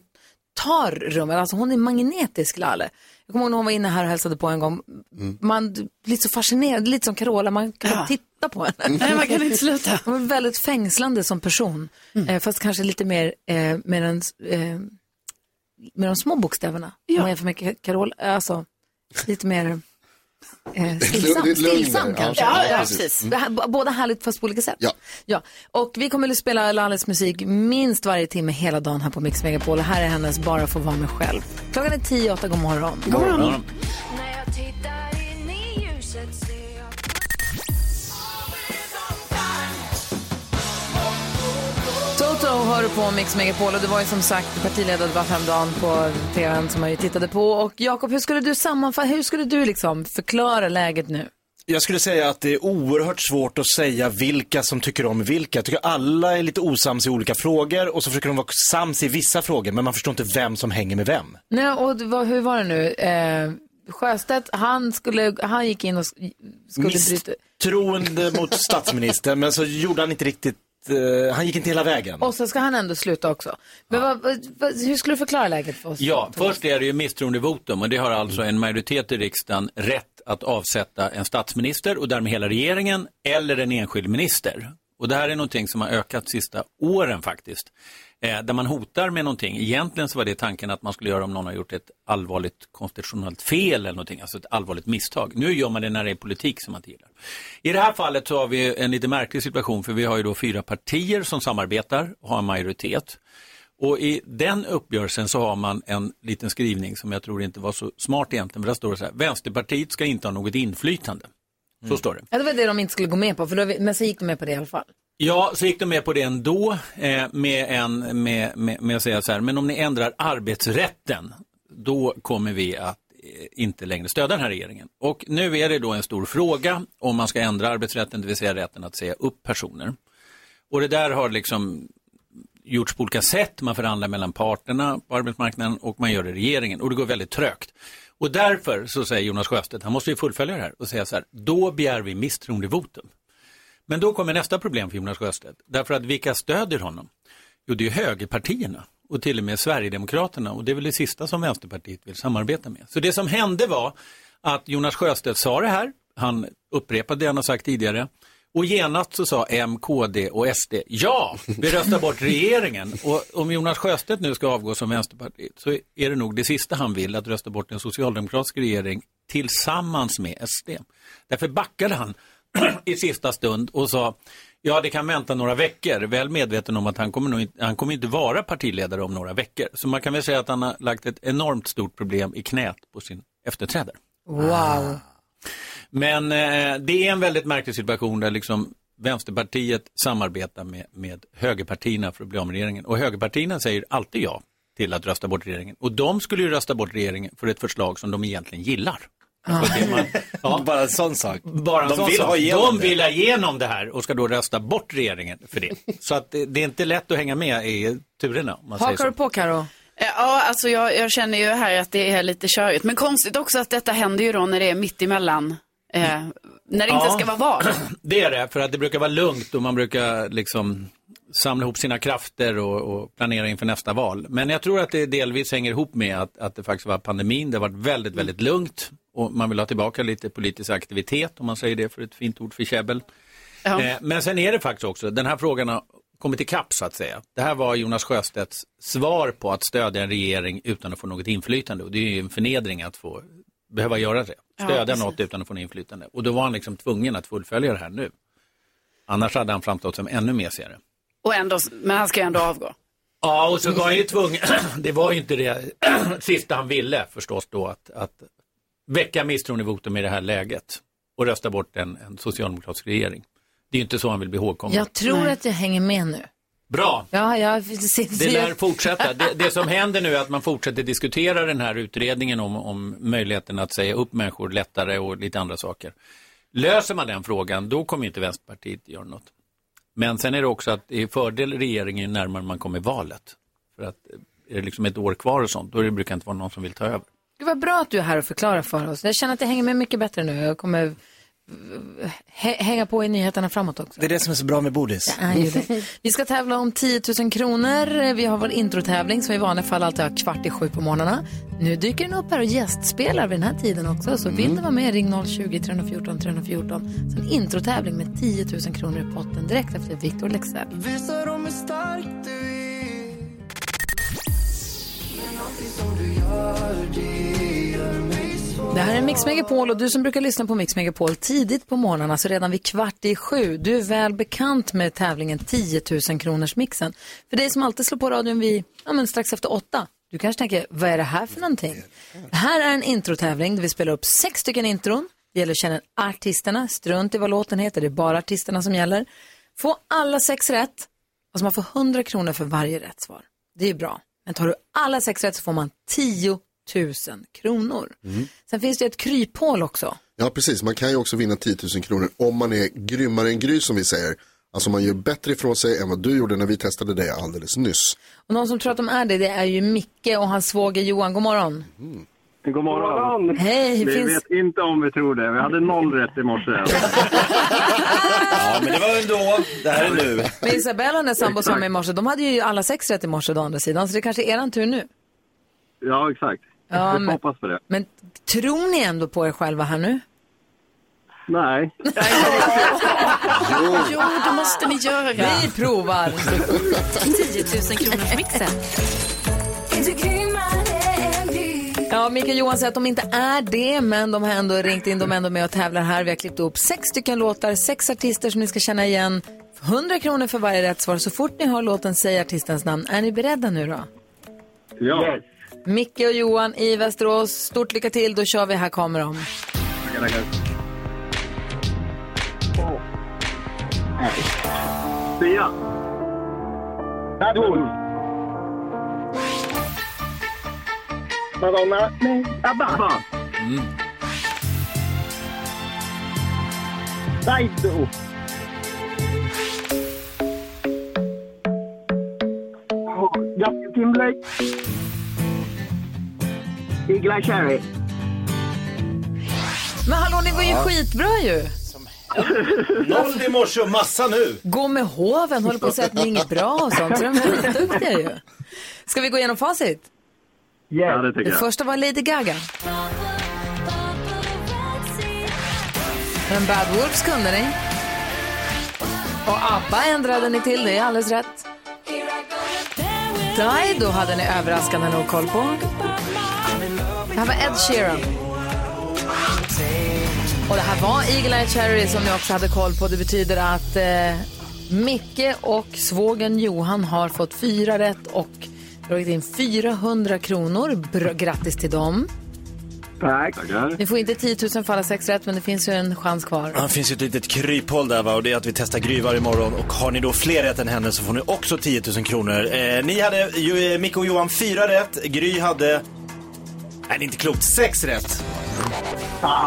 A: tar rummet, alltså hon är magnetisk Lale. Jag kommer ihåg när hon var inne här och hälsade på en gång,
C: Mm.
A: man blir så fascinerad, lite som Carola, man kan titta på henne.
D: Nej, man kan inte sluta.
A: Hon är väldigt fängslande som person,
C: Mm.
A: eh, fast kanske lite mer eh, med den eh, med de små bokstäverna. Om man jämför med Ka- Carol, alltså lite mer eh,
C: Det
A: stillsam,
C: är lugn
A: stillsam
C: där. Ja,
A: kanske.
C: ja, Ja, precis. Mm. precis.
A: Det här- b- Båda härligt fast på olika sätt.
C: Ja.
A: Ja. Och vi kommer att spela Lalles musik minst varje timme hela dagen här på Mix Megapol. Och här är hennes Bara få vara mig själv. Klockan är tio, åtta, god morgon.
L: God morgon. God morgon.
A: Toto hör du på Mix Megapol och det var ju som sagt partiledardebatt häromdagen på tvn som man ju tittade på. Och Jakob, hur skulle du sammanfatta, hur skulle du liksom förklara läget nu?
B: Jag skulle säga att det är oerhört svårt att säga vilka som tycker om vilka. Jag tycker alla är lite osams i olika frågor och så försöker de vara sams i vissa frågor men man förstår inte vem som hänger med vem.
A: Nej, och det var, hur var det nu? Eh, Sjöstedt, han, skulle, han gick in och sk- skulle bryta...
B: Misstroende
A: *laughs*
B: mot statsministern men så gjorde han inte riktigt, eh, han gick inte hela vägen.
A: Och så ska han ändå sluta också. Men vad, vad, vad, hur skulle du förklara läget för oss?
M: Ja, först är det ju misstroendevotum och det har alltså en majoritet i riksdagen rätt att avsätta en statsminister och därmed hela regeringen eller en enskild minister. Och det här är någonting som har ökat sista åren faktiskt. Eh, där man hotar med någonting. Egentligen så var det tanken att man skulle göra om någon har gjort ett allvarligt konstitutionellt fel eller någonting, alltså ett allvarligt misstag. Nu gör man det när det är politik som man inte gillar. I det här fallet så har vi en lite märklig situation för vi har ju då fyra partier som samarbetar och har en majoritet. Och i den uppgörelsen så har man en liten skrivning som jag tror inte var så smart egentligen. För där står det så här, Vänsterpartiet ska inte ha något inflytande. Så står det.
A: Ja, det var det de inte skulle gå med på, för då, men så gick de med på det i alla fall.
M: Ja, så gick de med på det ändå eh, med, en, med, med, med att säga så här, men om ni ändrar arbetsrätten, då kommer vi att eh, inte längre stödja den här regeringen. Och nu är det då en stor fråga om man ska ändra arbetsrätten, det vill säga rätten att säga upp personer. Och det där har liksom gjorts på olika sätt. Man förhandlar mellan parterna på arbetsmarknaden och man gör det i regeringen. Och det går väldigt trögt. Och därför så säger Jonas Sjöstedt, han måste ju fullfölja det här och säga så här, då begär vi misstroendevotum. Men då kommer nästa problem för Jonas Sjöstedt, därför att vilka stödjer honom? Jo, det är ju högerpartierna och till och med Sverigedemokraterna och det är väl det sista som Vänsterpartiet vill samarbeta med. Så det som hände var att Jonas Sjöstedt sa det här, han upprepade det han har sagt tidigare och genast så sa M, KD och SD ja, vi röstar bort regeringen. Och om Jonas Sjöstedt nu ska avgå som Vänsterpartiet så är det nog det sista han vill, att rösta bort en socialdemokratisk regering tillsammans med SD. Därför backade han i sista stund och sa Ja, det kan vänta några veckor, väl medveten om att han kommer, nog inte, han kommer inte vara partiledare om några veckor. Så man kan väl säga att han har lagt ett enormt stort problem i knät på sin efterträdare.
A: Wow.
M: Men eh, det är en väldigt märklig situation där liksom Vänsterpartiet samarbetar med, med högerpartierna för att bli av med regeringen. Och högerpartierna säger alltid ja till att rösta bort regeringen. Och de skulle ju rösta bort regeringen för ett förslag som de egentligen gillar.
B: Ah. *laughs* Bara en sån sak.
M: Bara en
B: de
M: sån
B: vill
M: sak.
B: ha
M: de
B: igenom
M: vill ha igenom det här och ska då rösta bort regeringen för det. Så att det, det är inte lätt att hänga med i turerna. Om man säger
A: Hakar
M: så.
A: du på Karo?
D: Ja, alltså jag, jag känner ju här att det är lite körigt. Men konstigt också att detta händer ju då när det är mitt emellan. Eh, när det inte
M: Ja.
D: ska vara val.
M: *clears throat* Det är det, för att det brukar vara lugnt och man brukar liksom samla ihop sina krafter och, och planera inför nästa val. Men jag tror att det delvis hänger ihop med att, att det faktiskt var pandemin, det har varit väldigt, väldigt lugnt och man vill ha tillbaka lite politisk aktivitet om man säger det för ett fint ord för käbbel.
D: Ja.
M: Eh, men sen är det faktiskt också, den här frågan har kommit ikapp så att säga. Det här var Jonas Sjöstedts svar på att stödja en regering utan att få något inflytande och det är ju en förnedring att få behöva göra det.
L: Ja,
M: Stödja
L: precis.
M: något utan att få något inflytande. Och då var han liksom tvungen att fullfölja det här nu. Annars hade han framstått som ännu mesigare.
D: Och ändå, men han ska ju ändå avgå.
M: Ja, och så var han ju tvungen, *clears throat* det var ju inte det *clears throat* sista han ville förstås då, att, att väcka misstroendevotum i det här läget och rösta bort en, en socialdemokratisk regering. Det är ju inte så han vill bli ihågkommen.
A: Jag tror att jag hänger med nu.
M: Bra!
A: Ja, jag ser
M: Det lär fortsätta. Det, det som händer nu är att man fortsätter diskutera den här utredningen om, om möjligheten att säga upp människor lättare och lite andra saker. Löser man den frågan, då kommer inte Vänsterpartiet göra något. Men sen är det också att det är fördel regeringen ju närmare man kommer valet. För att eh, är det liksom ett år kvar och sånt, då är det- brukar det inte vara någon som vill ta över.
A: Det var bra att du är här och förklarar för oss. Jag känner att jag hänger med mycket bättre nu. Jag kommer eh, hä- hänga på i nyheterna framåt också.
B: Det är det som är så bra med Bodis.
A: Ja, ju det. *laughs* Vi ska tävla om 10 000 kronor. Vi har vår introtävling som i vanliga fall alltid har kvart i sju på morgnarna. Nu dyker den upp här och gästspelar vid den här tiden också. Så
M: Mm.
A: vill du vara med, ring 020-314 314. Så en introtävling med 10 000 kronor i potten direkt efter Victor Lexell.
L: Visa dem hur stark du är Men allting som du gör, det gör mig svår
A: Det här är Mix Megapol och du som brukar lyssna på Mix Megapol tidigt på morgonen, alltså redan vid kvart i sju, du är väl bekant med tävlingen 10 000 kronors mixen. För dig som alltid slår på radion vid, ja men strax efter åtta, du kanske tänker, vad är det här för någonting? Det här är en introtävling där vi spelar upp sex stycken intron. Det gäller att känna artisterna, strunt i vad låten heter, det är bara artisterna som gäller. Få alla sex rätt, alltså man får 100 kronor för varje rätt svar. Det är bra. Men tar du alla sex rätt så får man 10 000 kronor.
C: Mm.
A: Sen finns det ett kryphål också.
C: Ja, precis. Man kan ju också vinna 10 000 kronor om man är grymmare än Gry som vi säger. Alltså man gör bättre ifrån sig än vad du gjorde när vi testade dig alldeles nyss.
A: Och någon som tror att de är det, det är ju Micke och hans svåger Johan. God morgon.
F: God morgon.
A: Hej,
F: vi
A: finns-
F: vet inte om vi tror det. Vi hade noll rätt i
B: *laughs*
F: morse. ja,
B: men det var ändå. Det här är nu.
A: Men Isabella och hennes sambo som var med i morse, de hade ju alla sex rätt i morse å andra sidan, så det kanske är eran tur nu.
F: Ja, exakt.
A: Ja,
F: vi
A: men-
F: får hoppas på det.
A: Men tror ni ändå på er själva här nu?
F: Nej.
D: Jo, det måste ni göra.
A: Vi
B: *laughs*
A: provar.
G: 10 000 kronors mixen.
A: Ja, Mikael Johan säger att de inte är det, men de har ändå ringt in, de är ändå med och tävlar här. Vi har klippt upp sex stycken låtar, sex artister som ni ska känna igen. 100 kronor för varje rätt svar. Så fort ni hör låten, säg artistens namn. Är ni beredda nu då?
F: Ja.
A: Micke och Johan i Västerås, stort lycka till, då kör vi, här kommer de.
F: Tackar, tackar. Sia. Badwood. Madonna. Nej, Abba. Abba.
B: Mm.
F: Daido. Justin Timberlake. Big Like Cherry.
A: Men hallå, ni går ju
B: Ja.
A: skitbra ju.
B: Noll i morse och massa nu.
A: Gå med hoven, håller på att säga att ni är inget bra och
B: *laughs*
A: sånt. Så *laughs* de är skitduktiga ju. Ska vi gå igenom facit?
F: Ja, det tycker
A: Det
F: jag.
A: första var Lady Gaga. Men Bad Wolves kunde ni. Och ABBA ändrade ni till, det är alldeles rätt. Dido hade ni överraskande nog koll på. Det här var Ed Sheeran. Och det här var Eagle Eye Cherry som ni också hade koll på. Det betyder att eh, Micke och svågen Johan har fått fyra rätt och dragit in 400 kronor. Bra, grattis till dem.
F: Tack.
A: Ni får inte 10 000 för alla sex rätt, men det finns ju en chans kvar. *laughs*
B: Det finns ju ett litet kryphål där va och det är att vi testar Gry varje morgon och har ni då fler rätt än henne så får ni också 10 000 kronor. Eh, ni hade, ju, eh, Micke och Johan, fyra rätt. Gry hade, nej det är inte klokt, sex rätt. *laughs*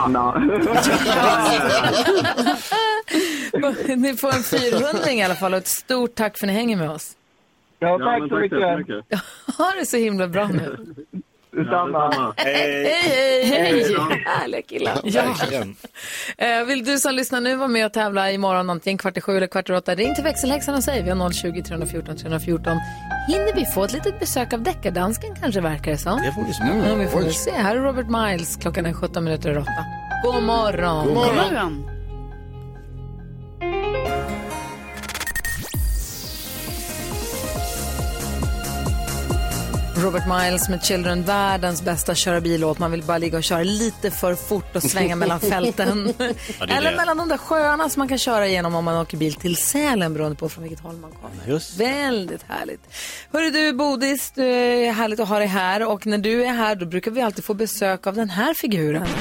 A: Ni får en 400 i alla fall och ett stort tack för att ni hänger med oss.
F: Ja,
A: tack
F: men
A: så mycket. Ha det så himla bra nu.
F: Detsamma.
A: Hej, hej, hej!
F: Hej.
A: Härliga killar.
F: Ja.
A: Ja. Eh, Vill du som lyssnar nu vara med och tävla imorgon antingen kvart i sju eller kvart i åtta, ring till växelhäxan och säg. Vi har 020 314 314. Hinner vi få ett litet besök av deckardansken kanske verkar det som?
B: Det får vi se.
A: Ja, vi får
B: Oj.
A: väl se. Här är Robert Miles, klockan är 17 minuter över åtta. God morgon!
F: God morgon. God
A: Robert Miles med Children, världens bästa köra bilåt. Man vill bara ligga och köra lite för fort och svänga mellan
B: *laughs*
A: fälten.
F: *laughs* Ja, det är
A: Eller
F: det.
A: mellan de där sjöarna som man kan köra igenom om man åker bil till Sälen beroende på från vilket håll man kommer. Väldigt härligt. Hörru du Bodis, det är härligt att ha dig här och när du är här då brukar vi alltid få besök av den här figuren.
I: Mm.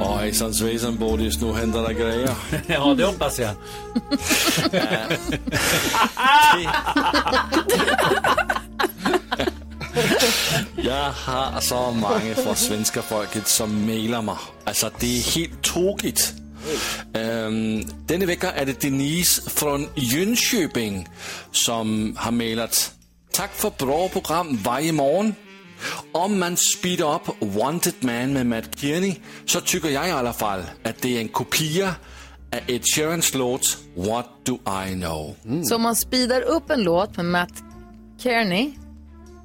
I: Åh, hejsan svejsan Bodis, nu händer det grejer. *laughs* ja, det hoppas *laughs* jag. Eh, *laughs* *laughs* Jag har så många från svenska folket som mejlar mig. Alltså det är helt tokigt. Ehm, denne vecka är det Denise från Jönköping som har mejlat. Tack för bra program varje morgon. Om man speedar upp Wanted Man med Matt Kearney så tycker jag i alla fall att det är en kopia av Ed Sheerans låt What Do I Know.
A: Så om man speedar upp en låt med Matt Kearney,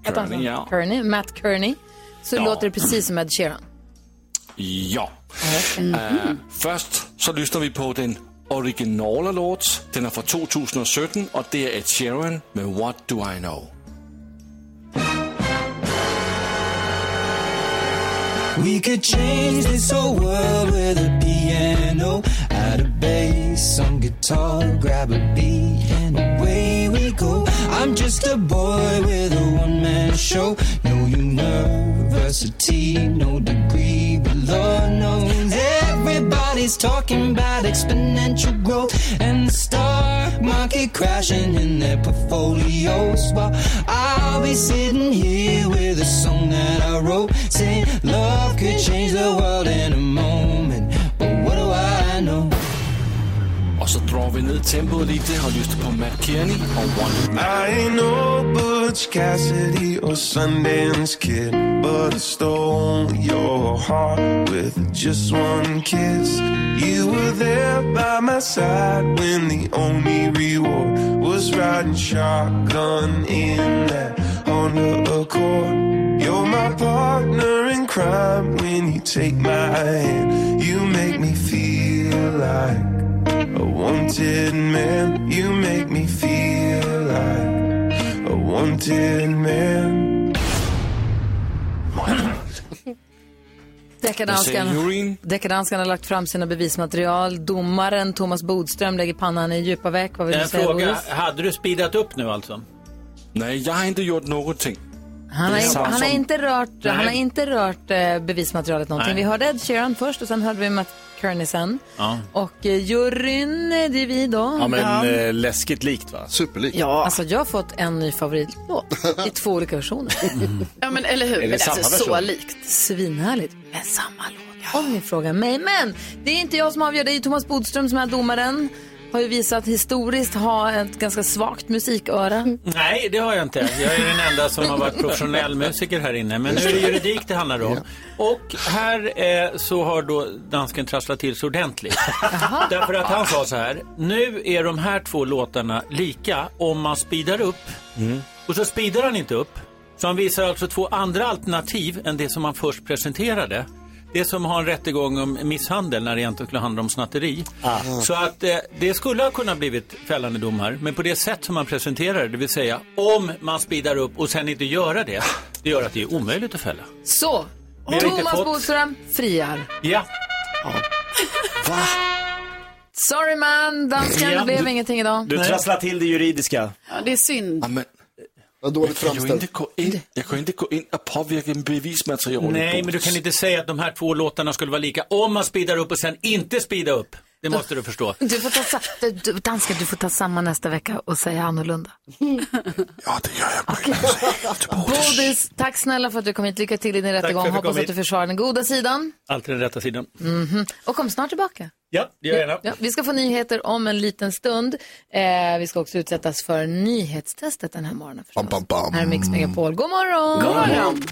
A: heter han så?
I: Kearney, ja.
A: Kearney, Matt Kearney, så
I: Ja.
A: låter det precis som Ed Sheeran.
I: Ja. Eh, først så lyssnar vi på den originale låt. Den er fra 2017, og det er Ed Sheeran med What Do I Know.
L: We could change this whole world with a piano, add a bass, some guitar, grab a beat, and away we go. I'm just a boy with a one man show. No university, no degree, but Lord knows everybody's talking about exponential growth and the stock market crashing in their portfolios. While I'll be sitting here with a song that I wrote saying love could change the world in a moment. But what do I know?
I: Og så drar vi ned tempoet lidt og lytter på Matt Kearney og Wanted Man.
L: I ain't no Butch Cassidy or Sundance Kid, but I stole your heart with just one kiss. You were there by my side when the only reward was riding shotgun in that Honda Accord. You're my partner in crime when you take my hand. You make me feel like a wanted man. You make me feel like a wanted man.
A: Deckardansken,
I: Vad säger juryn?
A: Deckardansken har lagt fram sina bevismaterial. Domaren Thomas Bodström lägger pannan i djupa veck. Vad vill du
M: En
A: säga,
M: fråga,
A: Boris?
M: hade du speedat upp nu alltså?
I: Nej, jag har inte gjort någonting.
A: Han har, inte, han har inte rört,
M: Nej.
A: han har inte rört eh, bevismaterialet någonting.
M: Nej.
A: Vi hörde Ed Sheeran först och sen hörde vi Matt Kearney sen.
B: Ja.
A: Och eh, juryn, eh, det är vi då.
B: Ja men eh, läskigt likt va?
C: Superlikt.
A: Alltså jag har fått en ny favoritlåt i två olika versioner.
D: Ja, men eller hur?
A: Är det
D: Men alltså,
A: samma
D: så
A: person?
D: likt.
A: Svinhärligt. Men samma låt. Om ni frågar mig. Men det är inte jag som avgör, det är ju Thomas Bodström som är domaren. har ju visat historiskt ha ett ganska svagt
D: Mm.
A: musiköra.
M: Nej, det har jag inte. Jag är den enda som har varit professionell musiker här inne. Men nu är det juridik det handlar om. Och här eh, så har då dansken trasslat till sig ordentligt. Därför att han sa så här. Nu är de här två låtarna lika om man speedar upp. Och så speedar han inte upp. Så han visar alltså två andra alternativ än det som han först presenterade. Det som har en rättegång om misshandel när det egentligen skulle handla om snatteri. Så att eh, det skulle ha kunnat blivit fällande dom här, men på det sätt som man presenterar det, det vill säga om man speedar upp och sen inte göra det, det gör att det är omöjligt att fälla.
A: Så,
M: Vi har inte
A: Thomas
M: fått-
A: Bodström friar.
M: Ja.
A: Sorry man, dansken, det
B: Ja.
A: blev ingenting idag.
B: Du trasslar till det juridiska.
D: Ja, det är synd.
I: Ja, men,
C: Vad dåligt
I: jag, kan ju inte gå in, jag kan ju inte gå in och påverka bevismaterialet.
M: Nej, men du kan inte säga att de här två låtarna skulle vara lika om man speedar upp och sen inte speedar upp. Det måste
A: *laughs*
M: du förstå.
A: Du får ta, sa- du, du, dansken, du får ta samma nästa vecka och säga annorlunda. Bodis, tack snälla för att du kom hit. Lycka till i din
M: för att
A: rättegång.
M: jag kom
A: Hoppas att
M: hit.
A: du försvarar den goda sidan.
M: Alltid den rätta sidan.
A: Mhm. Och kom snart tillbaka.
M: Ja, det gör jag gärna.
A: Ja, vi ska få nyheter om en liten stund. Eh, vi ska också utsättas för nyhetstestet den här morgonen. förstås.
C: Bam, bam, bam.
A: Här är Mix Megapol. God morgon!
C: God morgon.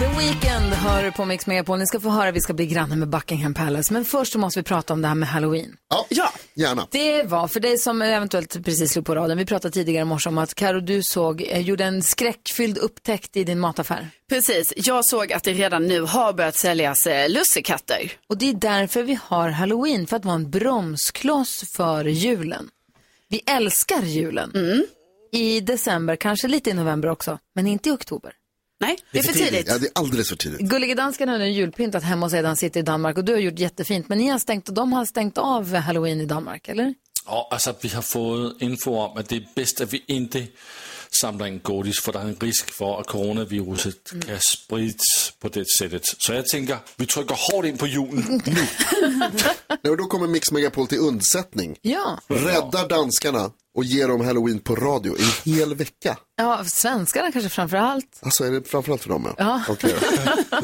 A: The Weeknd hör på Mix Megapol. Ni ska få höra, vi ska bli grannar med Buckingham Palace. Men först så måste vi prata om det här med Halloween.
C: Ja, gärna.
A: Det var, för dig som eventuellt precis slog på raden, vi pratade tidigare i morse om att Karo du såg, eh, gjorde en skräckfylld upptäckt i din mataffär.
D: Precis, jag såg att det redan nu har börjat säljas eh, lussekatter.
A: Och det är därför vi har halloween, för att vara en bromskloss för julen. Vi älskar julen.
C: Mm.
A: I december, kanske lite i november också, men inte i oktober.
D: Nej,
C: Ja, det är alldeles för tidigt.
A: Gullige dansken har nu julpyntat hemma hos Edan sitter i Danmark och du har gjort jättefint. Men ni har stängt och de har stängt av halloween i Danmark, eller?
I: Ja, alltså vi har fått info om att det är bäst att vi inte samlar in godis för det är en risk för att coronaviruset kan spridas på det sättet. Så jag tänker, vi trycker hårt in på julen nu.
C: Nej, och då kommer Mix Megapol till undsättning.
A: Ja.
C: Räddar danskarna och ger dem halloween på radio en hel vecka.
A: Ja, svenskarna kanske framför allt.
C: Alltså är det framförallt för dem?
A: Ja.
C: Okej då.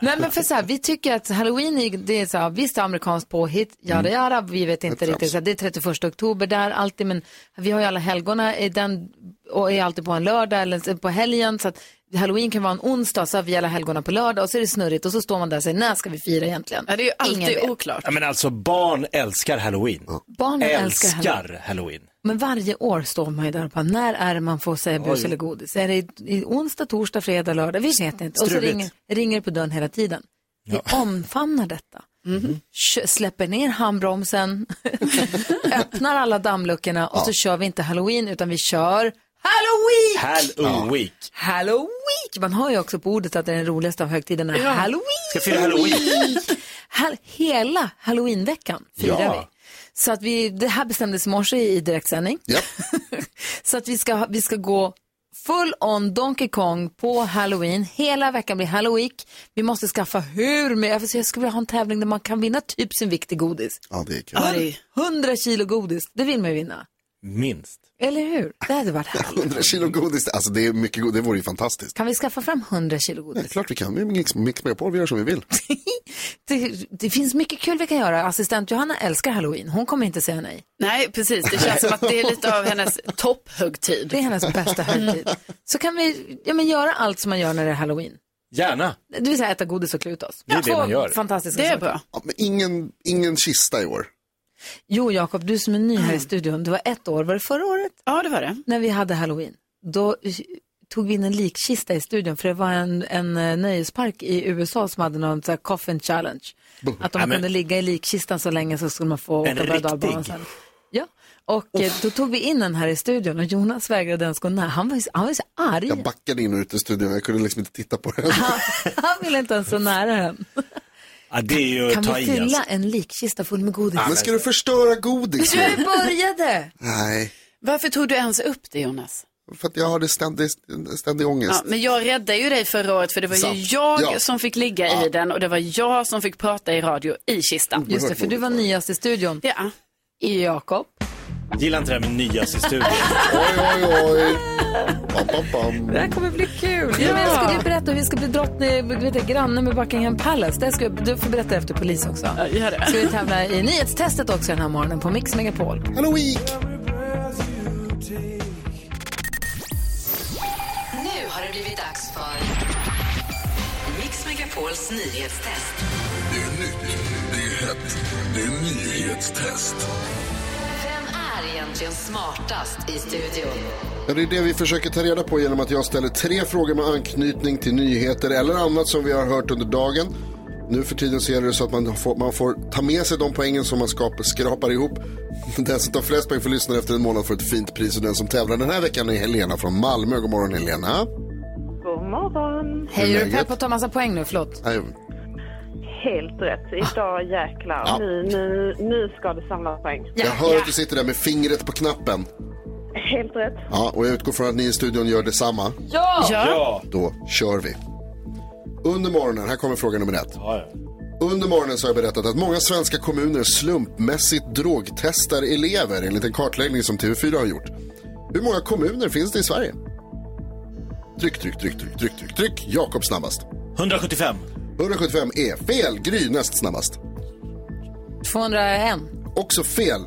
A: Nej men för så här, vi tycker att halloween är, det är så här, visst det är amerikanskt påhitt, jada jada, vi vet inte
C: Ett
A: riktigt, så här, det är 31 oktober där alltid, men vi har ju alla helgona i den, och är alltid på en lördag eller på helgen, så att halloween kan vara en onsdag, så har vi alla helgona på lördag och så är det snurrigt och så står man där och säger, när ska vi fira egentligen? Ja,
D: det är ju
A: Ingen vet.
D: oklart.
B: Ja, men alltså barn älskar halloween.
A: Barnen älskar
B: älskar halloween.
A: Men varje år står man ju där och bara, när är det man får säga bus
B: Oj.
A: eller godis? Är det i, i onsdag, torsdag, fredag, lördag? Vi vet inte. Och så
B: Struligt.
A: ringer, ringer det på dörren hela tiden. Vi omfamnar detta.
F: Mm-hmm.
A: Kö- Släpper ner handbromsen, *laughs* öppnar alla dammluckorna och så kör vi inte halloween utan vi kör halloween!
B: Halloween.
A: Halloween! Man hör ju också på ordet att det är den roligaste av högtiderna.
B: Ja.
A: Halloween!
B: Ska fira halloween.
A: Hall- hela halloweenveckan firar
B: Ja.
A: vi. Så att vi, det här bestämdes i morse i direktsändning. *laughs* så att vi ska, ha- vi ska gå full on Donkey Kong på halloween. Hela veckan blir halloween. Vi måste skaffa hur med, jag vill se, jag skulle vilja ha en tävling där man kan vinna typ sin vikt i godis.
C: Ja, det är kul.
A: Hun- 100 kilo godis, det vill man ju vinna.
B: Minst.
A: Eller hur? Det hade varit härligt.
C: 100 kilo godis, alltså det är mycket godis, det vore ju fantastiskt.
A: Kan vi skaffa fram 100 kilo godis?
C: Det är klart vi kan, vi är Mix, mix Megapol, vi gör som vi vill.
A: Det, det finns mycket kul vi kan göra. Assistent Johanna älskar halloween. Hon kommer inte säga nej.
D: Nej, precis. Det känns som att det är lite av hennes topphögtid. Mm.
A: Det är hennes bästa högtid. Så kan vi ja, men göra allt som man gör när det är halloween.
B: Gärna.
A: Det vill säga äta godis och klä ut oss.
C: Det är det
A: Två
C: man gör.
A: fantastiska
D: Det är
A: saker.
D: bra.
C: Ja, men ingen, ingen kista i år.
A: Jo, Jakob, du som är ny här i studion. Det var ett år, var det förra året?
D: Ja, det var det.
A: När vi hade halloween. Då eh, tog vi in en likkista i studion för det var en, en eh, nöjespark i USA som hade någon så här coffin challenge. Att om man
O: Ja, men-
A: kunde ligga i likkistan så länge så skulle man få
O: En
A: åka berg och dalbana
O: riktig.
A: sen. Ja, och eh, då tog vi in den här i studion och Jonas vägrade ens gå nära. Han var ju han var ju så arg.
C: Jag backade in och ut i studion, jag kunde liksom inte titta på den.
A: Han ville inte ens så nära den.
B: Ja, det är ju
A: Kan
B: att ta
A: vi
B: i
A: fylla
B: alltså.
A: en likkista full med godis?
C: Men ska du förstöra godis
A: Du
C: nu?
A: började!
C: Nej,
D: Varför tog du ens upp det, Jonas?
C: för att jag har det ständig, ständig
D: Ja,
C: ångest.
D: men jag räddade ju dig förra året för det var ju
C: Sant.
D: jag
C: Ja.
D: som fick ligga i den och det var jag som fick prata i radio i kistan.
A: Just det, för du var nyast i studion.
D: Ja.
A: I Jakob.
N: Gillar inte det här med nyas i studion.
C: *laughs* oj, oj, oj. Bam, bam, bam.
A: Det här kommer bli kul. Ja, men jag skulle ju berätta hur vi ska bli drottning, vet jag, granne med Buckingham Palace. Det ska, jag- du får berätta efter polis också. Ja,
D: gör det.
A: Ska vi tävla i nyhetstestet också den här morgonen på Mix Megapol.
C: Hello week!
G: Nu har det blivit dags för Mix Megapols nyhetstest.
O: Det är nytt, det är hett, det är nyhetstest.
G: Vem är egentligen smartast i studion?
C: Ja, det är det vi försöker ta reda på genom att jag ställer tre frågor med anknytning till nyheter eller annat som vi har hört under dagen. Nu för tiden så är det så att man får, man får ta med sig de poängen som man skap, skrapar ihop. Den som tar flest poäng får lyssna efter en månad för ett fint pris och den som tävlar den här veckan är Helena från Malmö. God morgon Helena.
P: God morgon.
A: Hej,
C: Hur
A: är
C: är
A: du
C: läget?
A: pepp på att ta massa poäng nu? Förlåt.
C: Nej,
P: Helt rätt. Idag jäklar. Nu, nu, nu ska det samlas poäng.
C: Jag hör att du sitter där med fingret på knappen.
P: Helt rätt.
C: Ja, och jag utgår från att ni i studion gör detsamma.
A: Ja!
C: Då kör vi. Under morgonen, här kommer fråga nummer ett. Under morgonen så har jag berättat att många svenska kommuner slumpmässigt drogtestar elever enligt en kartläggning som TV4 har gjort. Hur många kommuner finns det i Sverige? Tryck, tryck, tryck, tryck, tryck, tryck, tryck. Jakob snabbast. 175. 175 är fel. Gry näst snabbast.
A: 201.
C: Också fel.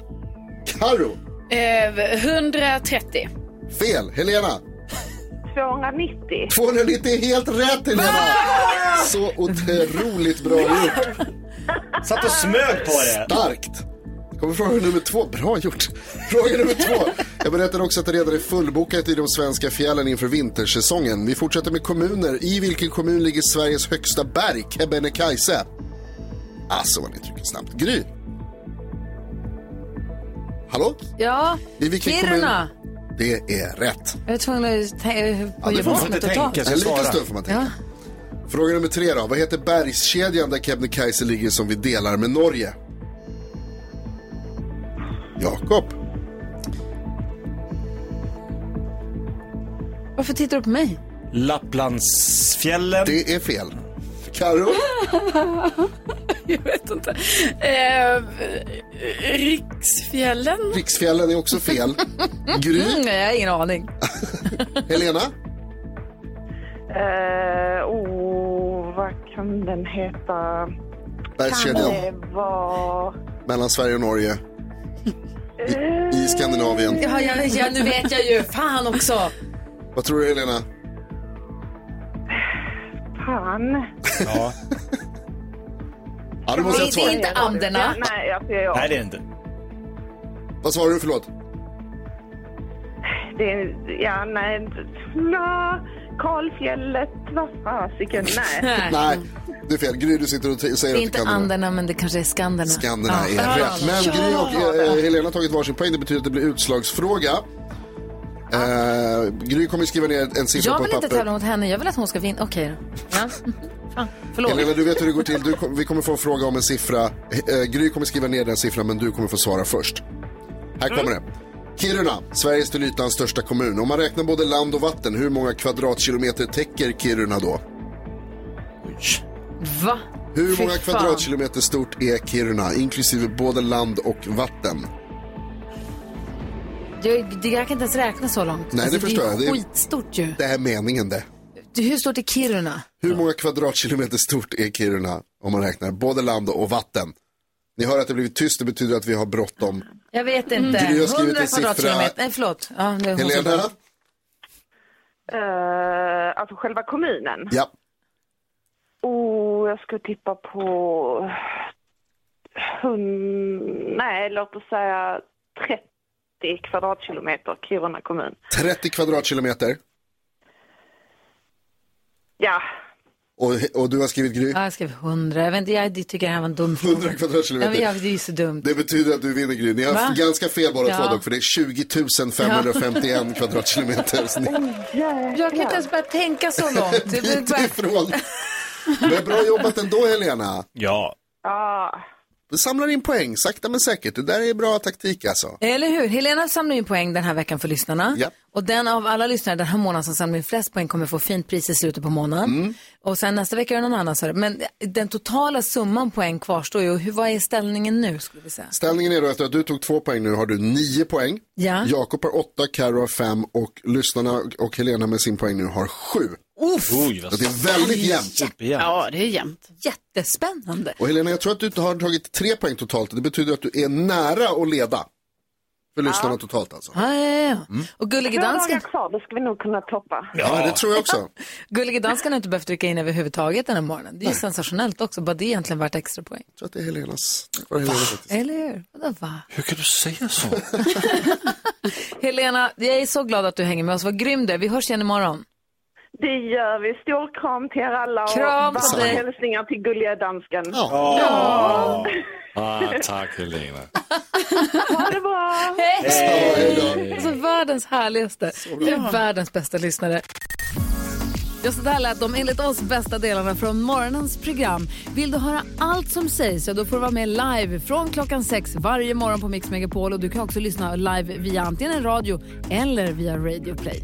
C: Karo
D: Eh, 130.
C: fel. Helena.
P: 290.
C: 290 är helt rätt Helena! Så otroligt bra gjort. Satt och smög
N: på det.
C: Starkt. Kommer fråga nummer två. Bra gjort. Fråga nummer två. Jag berättade också att det redan är fullbokat i de svenska fjällen inför vintersäsongen. Vi fortsätter med kommuner. I vilken kommun ligger Sveriges högsta berg, Kebnekaise? Alltså vad ni trycker snabbt. Gry. Hallå?
A: Ja,
C: I vilken
A: Kiruna.
C: kommun? Det är rätt.
A: Jag är tvungen att tänka på
C: Ja, det får man
A: gymnasiet
C: inte
A: och ta.
C: tänka sig En liten svara. stund får man tänka.
A: Ja.
C: Fråga nummer tre då. Vad heter bergskedjan där Kebnekaise ligger som vi delar med Norge? *laughs* Jakob.
A: Varför tittar du på mig?
B: Lapplandsfjällen.
C: Det är fel. Karo.
D: Jag vet inte. Eh, Riksfjällen?
A: *laughs*
C: Riksfjällen är också fel. Gry.
A: Mm, jag har ingen aning.
C: Helena.
P: Eh, oh, vad kan den heta?
C: Bergskedjan.
P: Kan det vara...
C: Mellan Sverige och Norge. I, i Skandinavien.
A: Ja, ja, ja, nu vet jag ju. Fan också.
C: Vad tror du Helena?
P: Fan.
C: Ja. ja, du måste ha ett svar.
A: Anderna.
P: Ja, nej, jag ser jag.
C: Nej, det är inte. Vad svarar du? Förlåt.
P: Det är, ja, nej. Nå, Karlfjället, vad fasiken. Nej.
C: Nej, det är fel. Gry, du sitter och t-
A: Det
C: säger
A: är
C: att du
A: inte
C: kan det.
A: Anderna, men det kanske är Skanderna.
C: Skanderna är rätt. Men Gry och eh, Helena har tagit varsin poäng. Det betyder att det blir utslagsfråga. Eh, Gry kommer skriva ner en siffra
A: Jag
C: på
A: vill
C: ett
A: inte
C: papper.
A: tävla mot henne. Jag vill att hon ska vinna. Okej då.
C: *laughs*
A: Ja. Fan, förlåt.
C: Helena, du vet hur det går till. Du, kom- vi kommer få en fråga om en siffra. Eh, Gry kommer skriva ner den siffran, men du kommer få svara först. Här kommer
A: Mm.
C: det. Kiruna, Sveriges till ytan största kommun. Om man räknar både land och vatten, hur många kvadratkilometer täcker Kiruna då?
A: Va?
C: Hur
A: Fy
C: många
A: fan.
C: kvadratkilometer stort är Kiruna, inklusive både land och vatten?
A: Jag, det- jag kan inte ens räkna så långt. Alltså,
C: Nej, det förstår jag.
A: Det
C: Det
A: är
C: är-
A: skitstort ju.
C: Det är meningen det.
A: Du, Hur stort är Kiruna?
C: Hur många kvadratkilometer stort är Kiruna om man räknar både land och vatten? Ni hör att det blivit tyst, det betyder att vi har bråttom.
A: Jag vet inte.
C: Gry Mm. har skrivit en
A: 100
C: siffra.
A: kvadratkilometer. Nej, förlåt. Ja, det är hon som-
C: Helena?
P: Eh, alltså själva kommunen.
C: Ja.
P: Oh, jag skulle tippa på... Hun... Nej, låt oss säga 30 kvadratkilometer Kiruna kommun.
C: 30 kvadratkilometer.
P: Ja.
C: Och, och du har skrivit Gry?
A: Ja, jag skrev 100. Jag, vet inte, jag tycker det här var en dum fråga.
C: 100 kvadratkilometer.
A: Ja, men jag- det är ju så dumt.
C: Det betyder att du vinner Gry. Ni har
A: Va?
C: haft ganska fel båda
A: Ja.
C: två dock, för det är 20 551 kvadratkilometer. Så ni
A: *laughs* Jag kan inte ens börja tänka så
C: *laughs*
A: långt. Det blir bara...
C: ifrån. Men bra jobbat ändå Helena.
N: Ja.
P: Ja.
C: Vi samlar in poäng, sakta men säkert. Det där är bra taktik alltså.
A: Eller hur? Helena samlar in poäng den här veckan för lyssnarna.
C: Ja.
A: Och den av alla lyssnare den här månaden som samlar in flest poäng kommer få fint pris i slutet på månaden.
C: Mm.
A: Och sen nästa vecka är det någon annan. som- Men den totala summan poäng kvarstår ju. Hur, vad är ställningen nu skulle vi säga?
C: Ställningen är då efter att du tog två poäng nu har du nio poäng.
A: Ja.
C: Jakob har åtta, Karo har fem och lyssnarna och Helena med sin poäng nu har sju.
A: Uff!
C: Oj, vad det är väldigt jämnt.
D: Ja, det är jämnt.
A: Jättespännande.
C: Och Helena, jag tror att du har tagit tre poäng totalt. Det betyder att du är nära att leda. För lyssnarna totalt alltså.
A: Ja, ja, ja. Och gullige
E: Två dagar
A: dansken,
E: kvar, då ska vi nog kunna toppa.
C: Ja, det tror jag också.
A: *laughs* gullige dansken har inte behövt rycka in överhuvudtaget den här morgonen. Det är ju sensationellt också. Bara det är egentligen värt extra poäng.
C: Jag tror att det är Helenas. Tack vare Helena faktiskt.
A: Eller hur? Vadå va?
I: Hur kan du säga så?
A: Helena, jag är så glad att du hänger med oss. Vad grym du är. Vi hörs igen imorgon.
E: Det gör vi. Stor kram till er alla och
A: Kram till
E: varma
A: dig.
E: hälsningar till gulliga dansken.
I: Ja. Ah, tack Helena.
E: Ha det bra!
A: Alltså världens härligaste. Du är världens bästa lyssnare. Ja, så där lät de enligt oss bästa delarna från morgonens program. Vill du höra allt som sägs så då får du vara med live från klockan sex varje morgon på Mix Megapol. Och du kan också lyssna live via antingen radio eller via Radio Play.